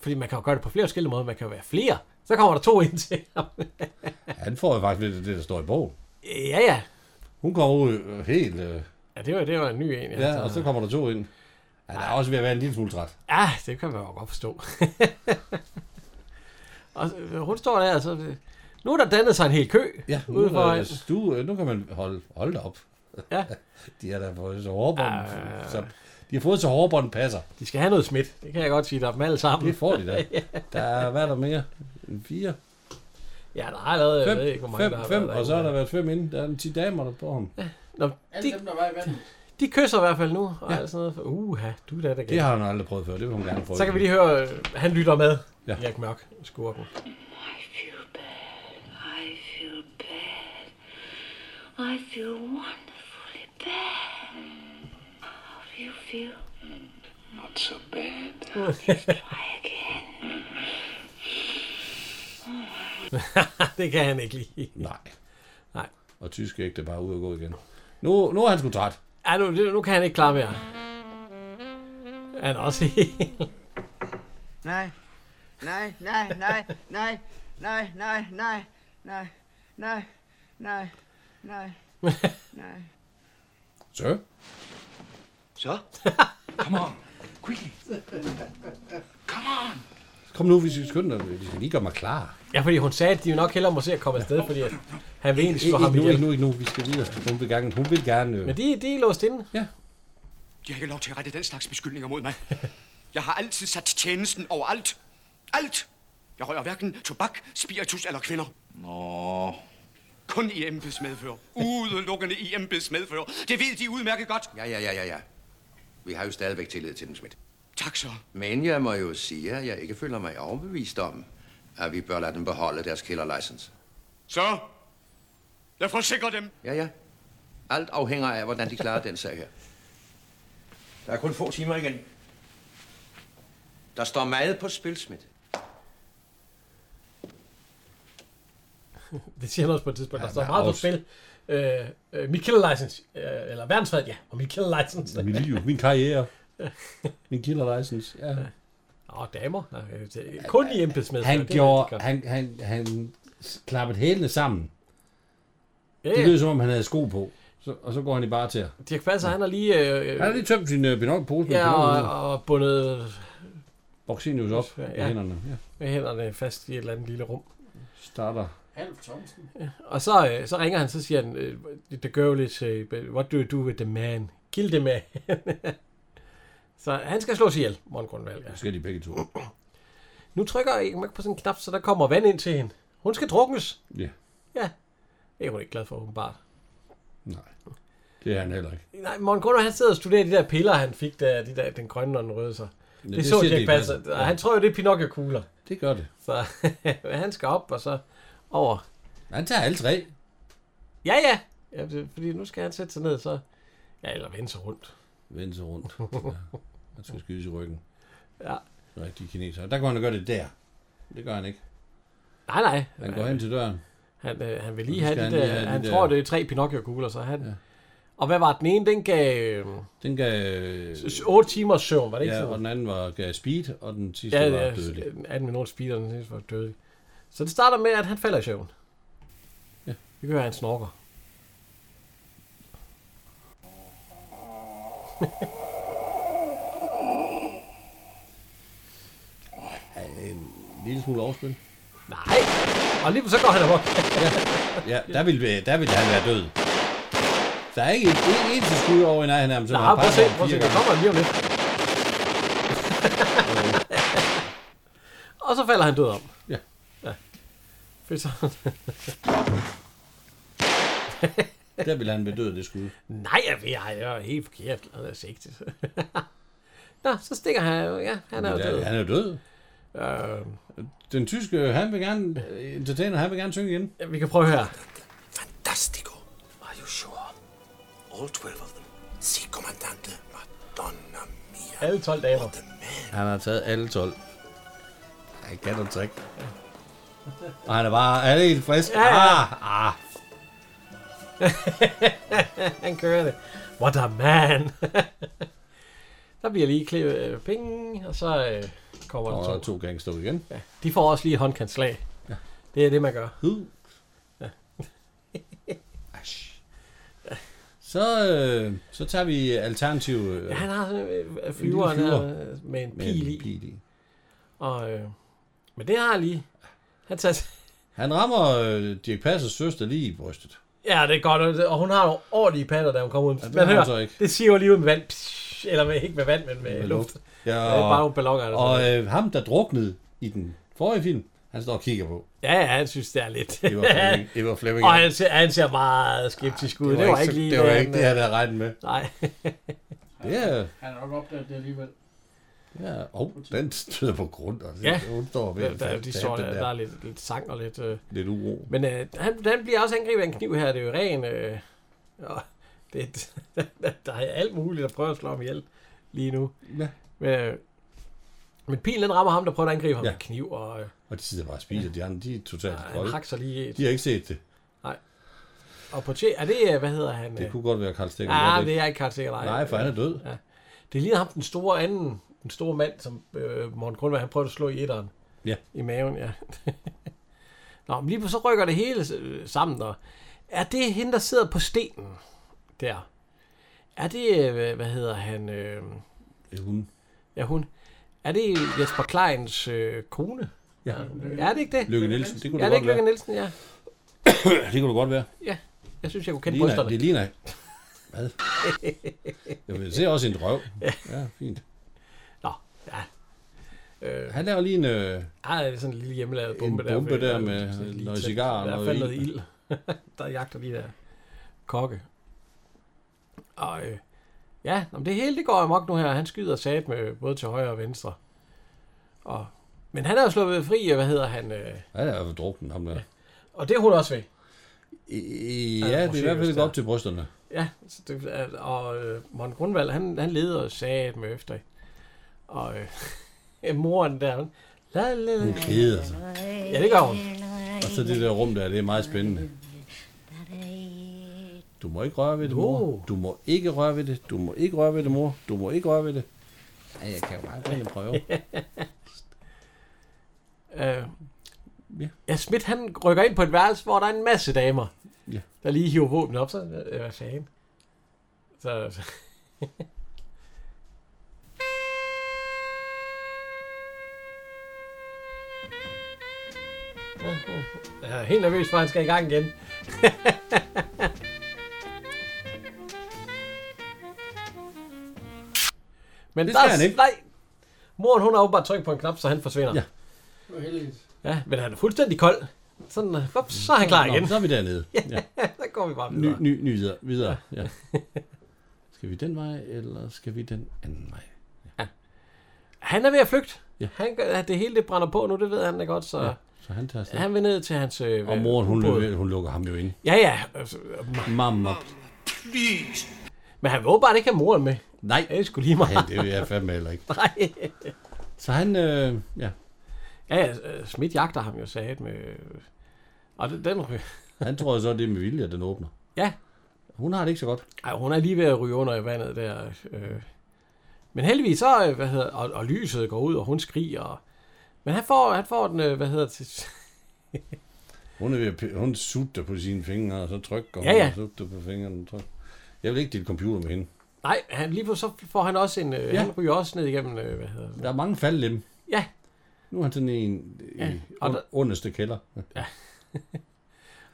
Fordi man kan jo gøre det på flere forskellige måder. Man kan jo være flere. Så kommer der to ind til *laughs* ham. Han får jo faktisk lidt af det, der står i bogen. ja, ja. Hun kommer ud øh, helt... Øh, Ja, det var, det var en ny en. ja, altså. og så kommer der to ind. Han er også ved at være en lille smule træt. Ja, det kan man jo godt forstå. *laughs* og så- hun står der, og så... øh, Nu er der dannet sig en hel kø. Ja, nu, ude foran. øh, stu, øh, nu kan man holde, holde da op. Ja. *laughs* de har da fået så hårdbånd. Ah. Så, de har fået så hårdbånd passer. De skal have noget smidt. Det kan jeg godt sige, der er dem alle sammen. Det *laughs* får de da. ja. Der er, hvad er der mere? En fire? ja, der har allerede, jeg fem, ved ikke, hvor mange fem, der har fem, været og så har derinde. der været fem inden. Der er en 10 damer, der på ham. Nå, Alle dem, der var i vandet. de kysser i hvert fald nu, og ja. alt sådan noget. Uha, du er da der Det har hun aldrig prøvet før. Det vil hun gerne prøve. Så kan vi lige høre, øh, han lytter med. Ja. Ja. Erik Mørk, skurken. *laughs* I feel bad. I feel wonderfully bad. How do you feel? Not so bad. I'll just try again. Oh, I would det kan han ikke lide. Nej. Nej. Og tysk ægte bare ud og gå igen. Nu, nu er han sgu træt. Ja, nu, det- nu kan han ikke klare mere. Han er også helt... Nej, nej, nej, nej, nej, nej, nej, nej, nej, nej, nej, nej, nej. Så? *laughs* Så? Come on, quickly. Come on. Kom nu, hvis I skynder dig. De skal lige gøre mig *laughs* klar. Ja, fordi hun sagde, at de jo nok hellere må se at komme afsted, fordi at han vil egentlig slå Ikke, ham ikke nu, ikke ihjel. nu, ikke nu. Vi skal videre. Hun vil gerne. Hun vil gerne. øh, Men de, de er låst inde. *laughs* Ja. De har ikke lov til at rette den slags beskyldninger mod mig. Jeg har altid sat tjenesten over alt. Alt! Jeg rører hverken tobak, spiritus eller kvinder. Nå. Kun i embeds medfør. Udelukkende i embeds medfør. Det ved de udmærket godt. Ja, ja, ja, ja, ja. Vi har jo stadigvæk tillid til dem, Schmidt. Tak så. Men jeg må jo sige, at jeg ikke føler mig overbevist om, at vi bør lade dem beholde deres killer license. Så? Jeg forsikrer dem. Ja, ja. Alt afhænger af, hvordan de klarer den sag her. Der er kun få timer igen. Der står meget på spil, Schmidt. Det siger han også på et tidspunkt. Der Ja, står men meget på også- spil. Øh, øh, mit killer license. Øh, eller verdensfred, ja. Og mit killer license. Min liv, min karriere. Min killer license. Ja. Åh, damer. Nej, øh, det- Kun i embedsmænd. Han gjorde, han, han, han s- klappede hælene sammen. Det lød som om, han havde sko på. Så, og så går han i bare til. Dirk Passer, han har lige... Øh, Han har lige tømt sin øh, benok pose med Ja, pinot og, og bundet Boxinius op ja. med hænderne. Ja. med hænderne fast i et eller andet lille rum. Starter. Halv Thomsen. Og så, øh, så ringer han, så siger han, øh, the girl is, øh, what do you do with the man? Kill the man. *laughs* så han skal slås ihjel, Morten Grundvald. Ja. Så skal de begge to. Nu trykker Erik Mørk på sådan en knap, så der kommer vand ind til hende. Hun skal druknes. Ja. Ja. Det er hun ikke glad for, åbenbart. Det er han heller ikke. Nej, Morten Grundvald, han sidder og studerer de der piller, han fik, der, de der, den grønne og den røde sig. Det, det det så siger Jack Dirch Passer. Passer. Ja. Han tror jo, det er Pinocchio-kugler. Det gør det. Så *laughs* han skal op, og så over. Han tager alle tre. Ja, ja. ja det, fordi nu skal han sætte sig ned, så... Ja, eller vende sig rundt. Vende sig rundt. Ja. Han skal skydes i ryggen. Ja. Rigtig kineser. Der går han og gør det der. Det gør han ikke. Nej, nej. Han går hen til døren. Han, øh, han vil Og lige så have skal det han der... lige have de han der- tror, det er tre Pinocchio-kugler, så han... Ja. Og hvad var den ene? Den gav... Øh, Den gav... 8 timers søvn, var det ikke Ja, sådan? og den anden var gav speed, og den sidste Ja, var ja, dødelig. 18 minutter speeder, den sidste var dødelig. Så det starter med, at han falder i søvn. Ja. Vi kan høre, at han snorker. Ja, en lille smule overspil. Nej! Og lige så går han amok. Ja, der ville, der ville han være død. Der er ikke et, ikke et skud over i nærheden af ham. så Nej, han prøv at se, pakker ham prøv at se, fire der gange. kommer lige om *laughs* lidt. og så falder han død om. Ja. Ja. Fedt så. *laughs* Der ville han være død, af det skud. Nej, jeg ved, jeg er helt forkert. Han er sigtet. *laughs* Nå, så stikker han jo. Ja, han er jo Men der- død. Han er jo død. Øh, Den tyske, han vil gerne, øh, entertainer, han vil gerne synge igen. Ja, vi kan prøve her. Fantastico. Are you sure? All 12 of them. Si, comandante. Madonna mia. Alle 12 damer. Han har taget alle 12. I cannot trick. Og han er bare er helt frisk. Ja, ja. Ah, ah. Han kører det. What a man. *laughs* der bliver lige klippet øh, penge, og så øh, kommer Og der to. to gange stå igen. Ja, de får også lige et håndkantslag. Ja. Det er det, man gør. Ja. Så, øh, så tager vi alternativ... Øh, Ja, han har sådan øh, en flyveren lille flyver. her, øh, med en pil i. Og, øh, men det har han lige. Han tager... *laughs* Han rammer øh, Dirk Passers søster lige i brystet. Ja, det er godt, og det- og hun har jo ordentlige patter, da hun kommer ud. Ja, Altså, det man har hun hører, så ikke. Øh, det siger jo lige ud med vand. Psh, eller med, ikke med vand, men med, med Øh, luft. Ja, det og, er bare nogle ballonger. der Og sidder. øh, ham, der druknede i den forrige film, han står og kigger på. ja, ja, han synes, det er lidt. *laughs* Det var Flemming- det var Flemming. og han ser, han ser meget skeptisk ud. Det var, det var ikke så- lige... Ah, det var hvad ikke han, det, han øh, havde regnet med. *laughs* Nej. Det er... Han har nok opdaget det alligevel. Ja, oh, den støder på grund. Altså. Ja, Hun står ved der, at der, tage de står, den der, der er lidt, lidt sang og lidt... Øh, Lidt uro. Men øh, han, han bliver også angrebet af en kniv her, det er jo ren... Øh, og *laughs* det, der, der er alt muligt, der prøver at slå ham ihjel lige nu. Ja. Men, øh, men pilen den rammer ham, der prøver at angribe ham ja. Ja. med kniv, og øh, Og de sidder bare og spiser. De andre, de er totalt han kolde. hakser lige et. De har ikke set det. Og på tje, er det, øh, hvad hedder han? Det øh, kunne godt være Karl Stikker. Ja, det er ikke Karl Sikker, nej. Nej, for han er død. Ja. Det ligner ham, den store anden, den store mand, som øh, Morten Grundvær, han prøvede at slå i etteren. Ja. I maven, ja. *laughs* Nå, men lige på, så rykker det hele øh, sammen, og er det hende, der sidder på stenen der? Er det, øh, hvad hedder han? Øh, hun. Ja, hun. Er det Jesper Kleins øh, kone? Ja. Er det ikke det? Lykke Nielsen, det kunne ja, det det godt ikke Lykke Nielsen, være. ja. det kunne det godt være. Ja, jeg synes, jeg kunne Det kende ligner, brysterne. det ligner... Hvad? Jamen, jeg ser også en røv. Ja, fint. Nå, ja. Øh, Han laver lige en... Øh, Ej, det er sådan en lille hjemmelavet En bombe der. bombe fordi der er med sådan lige noget tæt. cigar og Der er noget fandme noget ild. *laughs* ild. der jagter de der kokke. Og øh, ja, nå, men det hele det går amok nu her. Han skyder sat med både til højre og venstre. Og, men han er jo sluppet fri, og hvad hedder han? Øh, han er jo drukket, ham der. og det er hun også ved. Ja, det er i hvert fald Brosius ikke op til brysterne. Ja, så det, er- og øh, Morten Grundvald, han, han leder sat med efter. Og øh, *laughs* moren der, hun, la, la, la, Hun keder sig. Ja, det gør hun. altså. Og så det der rum der, det er meget spændende. Du må ikke røre ved det, mor. Du må ikke røre ved det. Du må ikke røre ved det, mor. Du må ikke røre ved det. Nej, jeg kan jo bare gå ind og *laughs* prøve. Øh, ja. ja, Schmidt han rykker ind på et værelse, hvor der er en masse damer, Ja. der lige hiver våben op. Så, øh, hvad fanden? Så, så. *laughs* Jeg er helt nervøs for, at han skal i gang igen. *laughs* Men Det der skal er- han ikke. Nej. Moren, hun har åbenbart trykket på en knap, så han forsvinder. Ja. Det var heldigt. Ja, men han er fuldstændig kold. Sådan, øh, hop, så er han klar Nå, igen. så er vi dernede. Ja. der går vi bare Ny, videre. ny, ny videre. videre. Ja. Skal vi den vej, eller skal vi den anden vej? Han er ved at flygte. Ja. Han, gør- at det hele det brænder på nu, det ved han da godt, så... Ja. Ja, så han tager afsted. Han vil ned til hans... Øh, Og moren, hun, ubåd. løber- hun lukker ham jo ind. Ja, ja. Mamma. Please. Men han vil åbenbart ikke have moren med. Nej. Det er sgu lige meget. Ja, det vil jeg fandme heller ikke. *laughs* Nej. Så han, øh, ja. Ja, ja, øh, Schmidt jagter ham jo sat med... øh, Og den, den ryger... Han tror jo så, det er med vilje, at den åbner. Ja. Hun har det ikke så godt. Ej, hun er lige ved at ryge under i vandet der. Øh. Men heldigvis så, øh, hvad hedder, og, og lyset går ud, og hun skriger. Og, men han får, han får den, øh, hvad hedder det, Hun, er ved at, p- hun sutter på sine fingre, og så trykker hun, Ja, ja. og sutter på fingrene. og trykker. Jeg vil ikke dele computer med hende. Nej, han, lige på, så får han også en... Øh, ja. Ja. Han ryger også ned igennem... Øh, hvad hedder det? Der er mange faldlem. Ja. Nu er han sådan en Ja, ja. og i der- der... underste kælder. Ja.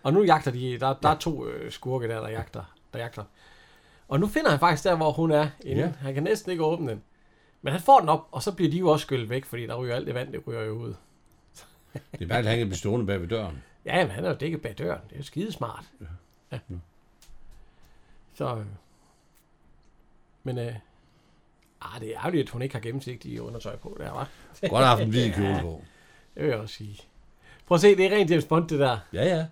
Og nu jagter de... Der, der er to øh, skurke der, der jagter, der jagter. Og nu finder han faktisk der, hvor hun er inde. Ja. Ja. Han kan næsten ikke åbne den. Men han får den op, og så bliver de jo også skyllet væk, fordi der ryger alt det vand, det ryger jo ud. Det er bare, at han kan blive stående bag ved døren. Ja, men han er jo dækket bag døren. Det er jo skidesmart. Ja. ja. Så... øh, Men... Øh, ah, det er ærgerligt, at hun ikke har gennemsigtige undertøj på der, var. Godt har haft en hvid kjole på. Det vil jeg også sige. Prøv at se, det er rent James Bond, det der. Ja, ja.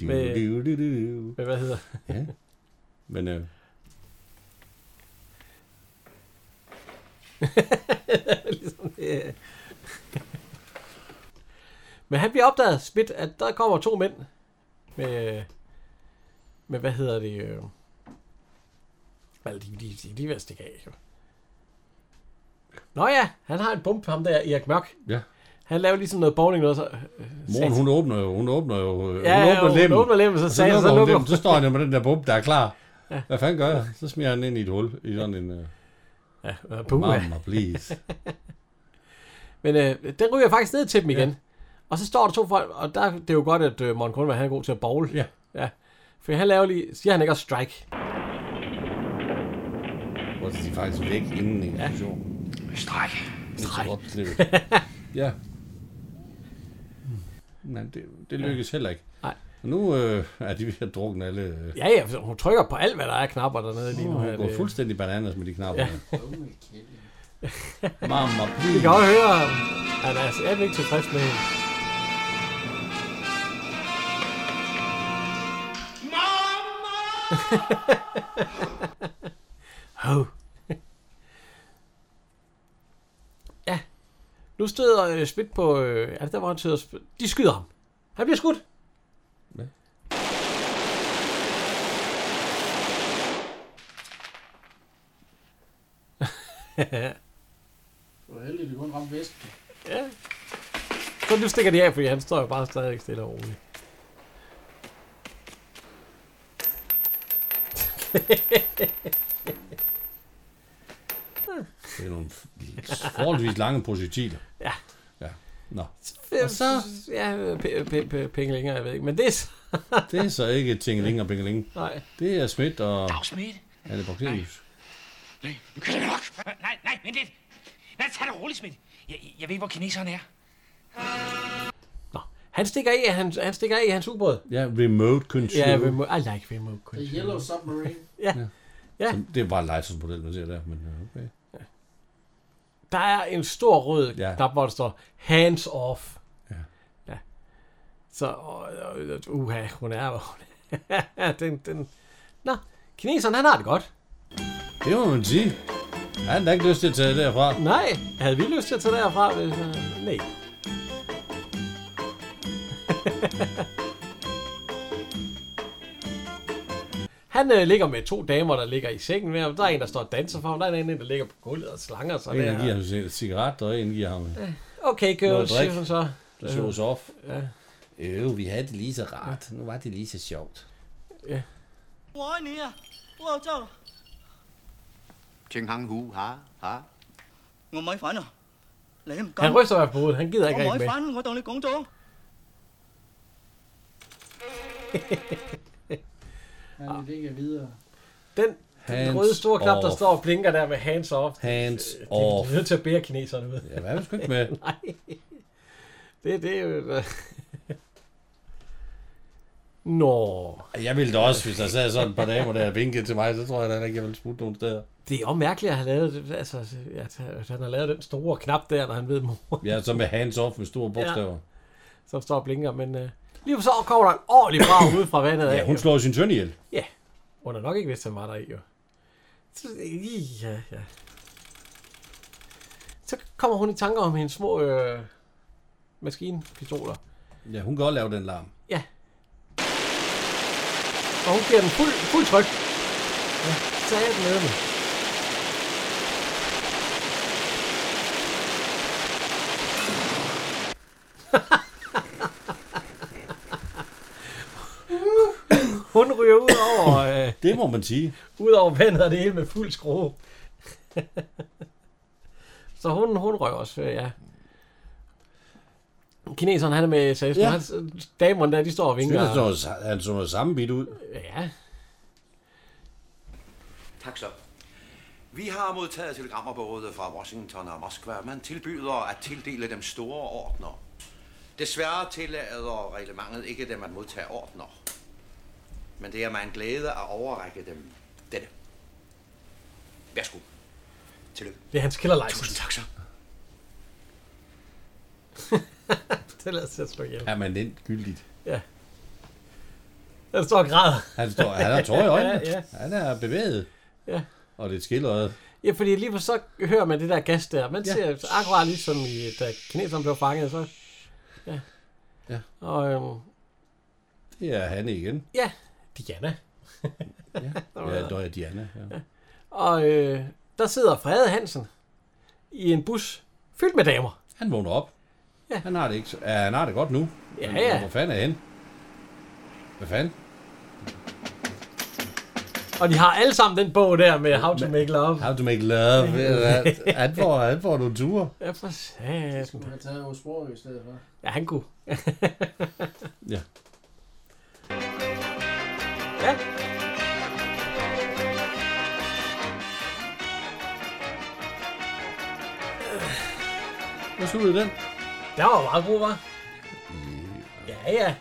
Du, Med- du, du, du, du. Med, hvad hedder? Ja. Men øh, ligesom det. øh. Men han bliver opdaget, Smith, at der kommer to mænd med, Men hvad hedder det? Øh... Well, de, de, de, de er ved at stikke af, jo. Nå ja, han har en bump, ham der, Erik Mørk. Ja. Han laver ligesom noget bowling noget, så... Øh, Moren, hun åbner jo, hun åbner jo, øh, Ja, hun ja, åbner hun lemmen. åbner lemmen, så Og sagde jeg, så lukker hun lukker lemmen. hun. Så står han jo med den der bump, der er klar. Ja. Ja. Hvad fanden gør jeg? Så smider han den ind i et hul, i sådan en... Øh, ja, øh, puha. Mamma, please. Men øh, den ryger faktisk ned til dem igen. Ja. Og så står der to folk, og der, det er jo godt, at øh, Morten Grundvær, han er god til at bowl. Ja. ja. For han laver lige, siger han ikke også strike? Hvor de er faktisk væk inden en eksplosion. Strike. Strike. *laughs* ja. Hmm. Nej, det, det lykkes heller ikke. Nej. Og nu øh, er de ved at drukne alle... Øh, Ja, ja, for hun trykker på alt, hvad der er af knapper dernede lige nu. Hun her. går Det- fuldstændig bananas med de knapper. *laughs* Ja. Ja. Mamma Vi kan godt høre, at han er altså ikke tilfreds med hende. Hov. ja. Nu støder øh, Spidt på... Øh, er det der, hvor han støder Spidt? De skyder ham. Han bliver skudt. Ja. Det var heldigt, at vi kun ramte vesten. Ja. Så nu stikker de af, fordi han står jo bare stadig stille og roligt. Det er nogle forholdsvis lange projektiler. Ja. Ja. Nå. Og så... Ja, p- p- p- penge længere, jeg ved ikke. Men det er så... Det er så ikke tingeling og bingeling. Nej. Det er Smidt og... Dag Schmidt. Anne Borgselius. Nu kan det nok. Nej, nej, vent lidt. Nej, tag det roligt, Smidt. Jeg, jeg ved, hvor kineseren er. Han stikker af, han, han stikker af i hans ubåd. Ja, remote control. Ja, remote, I like remote The control. Yellow Submarine. Ja. Ja. Som- Det er bare en legetøjsmodel, man ser der, men øh, okay. Der er en stor rød ja. Ja. knap, hvor der står hands off. Ja. ja. Så, og, og, og- uha, hun er, hvor hun er. *laughs* den, den. Nå, kineseren, han har det godt. Det må man sige. Han har da ikke lyst til at tage det derfra. Nej, havde vi lyst til at tage derfra? Hvis, uh, nej. *laughs* Han øh, ligger med to damer, der ligger i sengen med ham. Der er en, der står og danser for ham. Der er en anden, der ligger på gulvet og slanger sig. En der. der giver ham en cigaret, og en giver ham Okay, noget girls, drik. siger hun så. Der shows off. Øh, Ja. Øh, vi havde det lige så rart. Nu var det lige så sjovt. 我爱你啊！我要走了， Ting hang hu ha ha. 我咪 à? 反啊！你唔敢 Han，ryster i hvert fald på hovedet. Han gider ikke 我咪 rigtig med. 反，我同你講咗。 Han vil ikke videre. Den, Hands den røde store knap, der off. står og blinker der med hands off. Hands Øh, de, off. De er nødt til at bære kineserne ud. Ja, hvad er vi sgu ikke med? Nej. Det, det er jo... *laughs* Nå. Jeg ville da også, hvis der sad sådan et par damer der og vinkede til mig, så tror jeg da heller ikke, jeg ville smutte nogen steder. Det er jo mærkeligt at have lavet det. Altså, at at han har lavet den store knap der, når han ved mor. *laughs* Ja, så med hands off med store bogstaver. Som står og blinker, men... Uh, lige så kommer der en ordentlig brag ud fra vandet Ja, af, hun jo. slår jo sin søn ihjel. Ja. Hun har nok ikke vidst, han var der i, jo. Så, ja, ja. Så kommer hun i tanker om hendes små øh, maskinpistoler. Ja, hun kan godt lave den larm. Og hun giver den fuld, fuld tryk. Ja, så er jeg den med *laughs* Hun ryger ud over... Øh, det må man sige. Ud over vandet og det hele med fuld skrue. *laughs* så hun, hun røg også, øh, ja. Kineseren, han er med seriøst. Ja. Ja. Damerne der, de står og vinker. Synes, han så- han så noget samme bit ud. Ja. Tak så. Vi har modtaget telegrammer både fra Washington og Moskva. Man tilbyder at tildele dem store ordner. Desværre tillader reglementet ikke dem at modtage ordner. Men det er mig en glæde at overrække dem dette. Værsgo. Tillykke. Det er hans killer Tusind tak så. det lader sig at slå ihjel. Er man den gyldigt? Ja. Han står og græder. Han, står, han har tår i øjnene. *laughs* ja, ja. Han er bevæget. Ja. Og det er skildret. ja, fordi lige for så hører man det der gas der. Man Ja. ja. ser akkurat ligesom i, da kineserne blev fanget, så... Ja. Ja. Og øhm, Det er han igen. ja, Diana. Ja, der er Diana. Ja. Og øh, der sidder Frede Hansen i en bus fyldt med damer. Han vågner op. Ja. Han har det ikke. så- Ja, han har det godt nu. Ja, Men ja. Hvor fanden er han? Hvad fanden? Og de har alle sammen den bog der med How to Make Love. How to Make Love. *laughs* Han får, han får nogle ture. Ja, for satan. Du har taget hos Sprogø i stedet for. Ja, han kunne. ja. *laughs* Ja. Hvad sluttede den? Der var meget god, var. Ja, ja.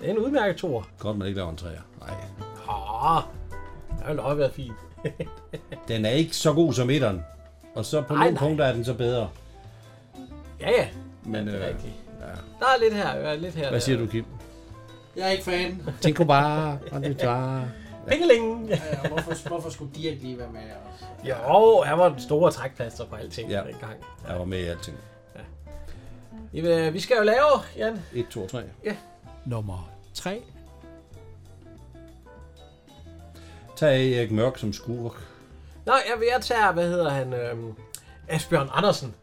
Det er en udmærket tor. Godt, man ikke laver en træer. Nej. Åh, det har jo nok været fint. Den er ikke så god som etteren. Og så på Nej, nogle nej. punkter er den så bedre. Ja, ja. Men, det er øh, rigtigt. ja. Der er lidt her, øh, lidt her. Hvad siger du, Kim? Jeg er ikke fan. Tænk bare, og det bare. Pingeling! Ja, ja, hvorfor, hvorfor skulle Dirk lige være med? også? Jo, han var den store trækplaster på alting Ja. ja. dengang. Jeg var med i alting. Jamen, øh, vi skal jo lave, Jan. 1, 2 og 3. Ja. Nummer 3. Tag Erik Mørk som skurk. Nå, jeg, jeg tager, hvad hedder han? Øh, Asbjørn Andersen.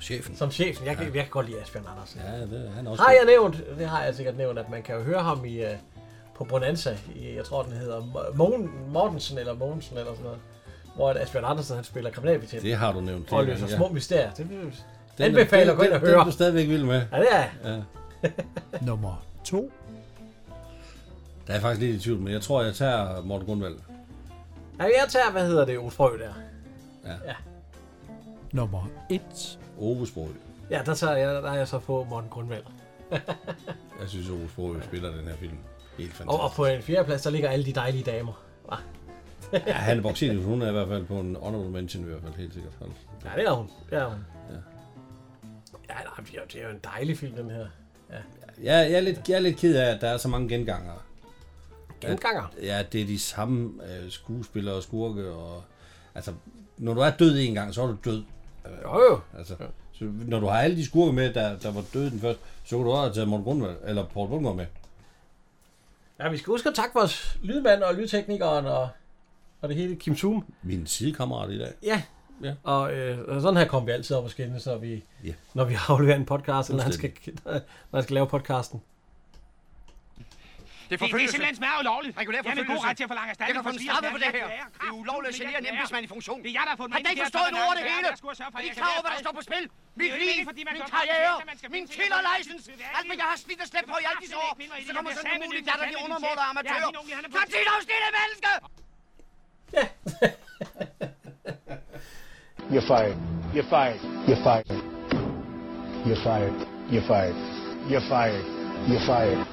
Chefen. Som chefen. Jeg kan, ja. jeg kan godt lide Asbjørn Andersen. Ja, det, han er også Har god. jeg nævnt, det har jeg sikkert nævnt, at man kan jo høre ham i, øh, på Bonanza, i, jeg tror den hedder Mo- Mogen- Mortensen eller Mogensen eller sådan noget, hvor at Asbjørn Andersen han spiller kriminalbetjent. Det har du nævnt. Og flere løser gange, små ja. mysterier. Det vil Den den, anbefaler den- at gå ind og den- Den er høre. du stadigvæk vild med. Ja, det er jeg. Ja. Nummer 2. Der er jeg faktisk lidt i tvivl, men jeg tror, jeg tager Morten Grundvald. Nej, jeg tager, hvad hedder det, Ole Frø der. Ja. ja. Nummer 1. Ove Sprogø. Ja, der, tager jeg, der er jeg så på Morten Grundvald. Jeg synes, Ove Sprogø spiller den her film. Helt Og, og fantastisk. på en fjerdeplads, der ligger alle de dejlige damer. Hva? Ja, han er boxing, hun er i hvert fald på en honorable mention i hvert fald, helt sikkert. Hold. Ja, det er hun. Det er hun. Ja. Ja, nej, det er jo- det er jo en dejlig film, den her. Ja. Jeg, jeg, er lidt, jeg er lidt ked af, at der er så mange genganger. Genganger? At, ja, det er de samme øh, skuespillere og skurke. Og, altså, når du er død en gang, så er du død. Jo, jo. Altså, så, når du har alle de skurke med, der, der var døde den første, så kan du også have taget Morten Grundvald, eller Paul Bundgaard med. Ja, vi skal huske at takke vores lydmand og lydteknikeren og, og det hele, Kim Zoom. Min sidekammerat i dag. Ja. ja. Og, øh, og sådan her kommer vi altid op og skændes, når vi, Ja. når vi afleverer en podcast, eller når han skal, *laughs* når han skal lave podcasten. Det, det, det er simpelthen smager ulovligt. Regulær Jeg vil forfølgelse. god ret til at forlange erstatning Jeg kan få for den Stiers straffet for det her. nærvær. Det er ulovligt at genere en embedsmand i funktion. Det er jeg, der har fået Har der ikke forstået noget af det hele? Er I klar over, hvad der står på spil? Mit liv, min karriere, min killer license, alt hvad jeg har slidt og slæbt på i alle disse år. Så kommer sådan en mulig datter, de undermåler og amatører. Fremtid afsnittet, menneske! You're fired. You're fired. You're fired. You're fired. You're fired. You're fired. You're fired.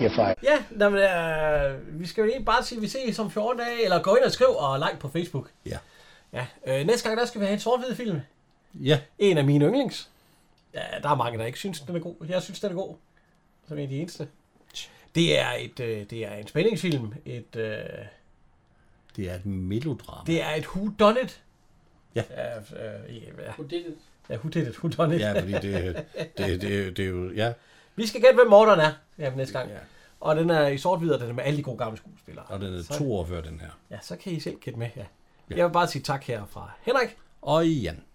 You're fired. Ja, nej, men, øh, vi skal jo egentlig bare sige, at vi ses om 14 dage, eller gå ind og skriv og like på Facebook. Ja. Ja, øh, næste gang, der skal vi have en sort film. Ja. En af mine yndlings. Ja, der er mange, der ikke synes, den er god. Jeg synes, den er god. Som en af de eneste. Det er, et, øh, det er en spændingsfilm. Et, øh, Det er et melodrama. det er et who done it. Ja. ja, øh, ja. Who did it? Ja, who did it, who done it. Ja, fordi det, det, det, det er jo... Ja. Vi skal gætte, hvem morderen er ja, næste gang. Ja. Og den er i sort-hvid, og den er med alle de gode gamle skuespillere. Og den er Så- to år før den her. Ja, så kan I selv gætte med, ja. Jeg vil bare sige tak herfra. Henrik. Og Jan.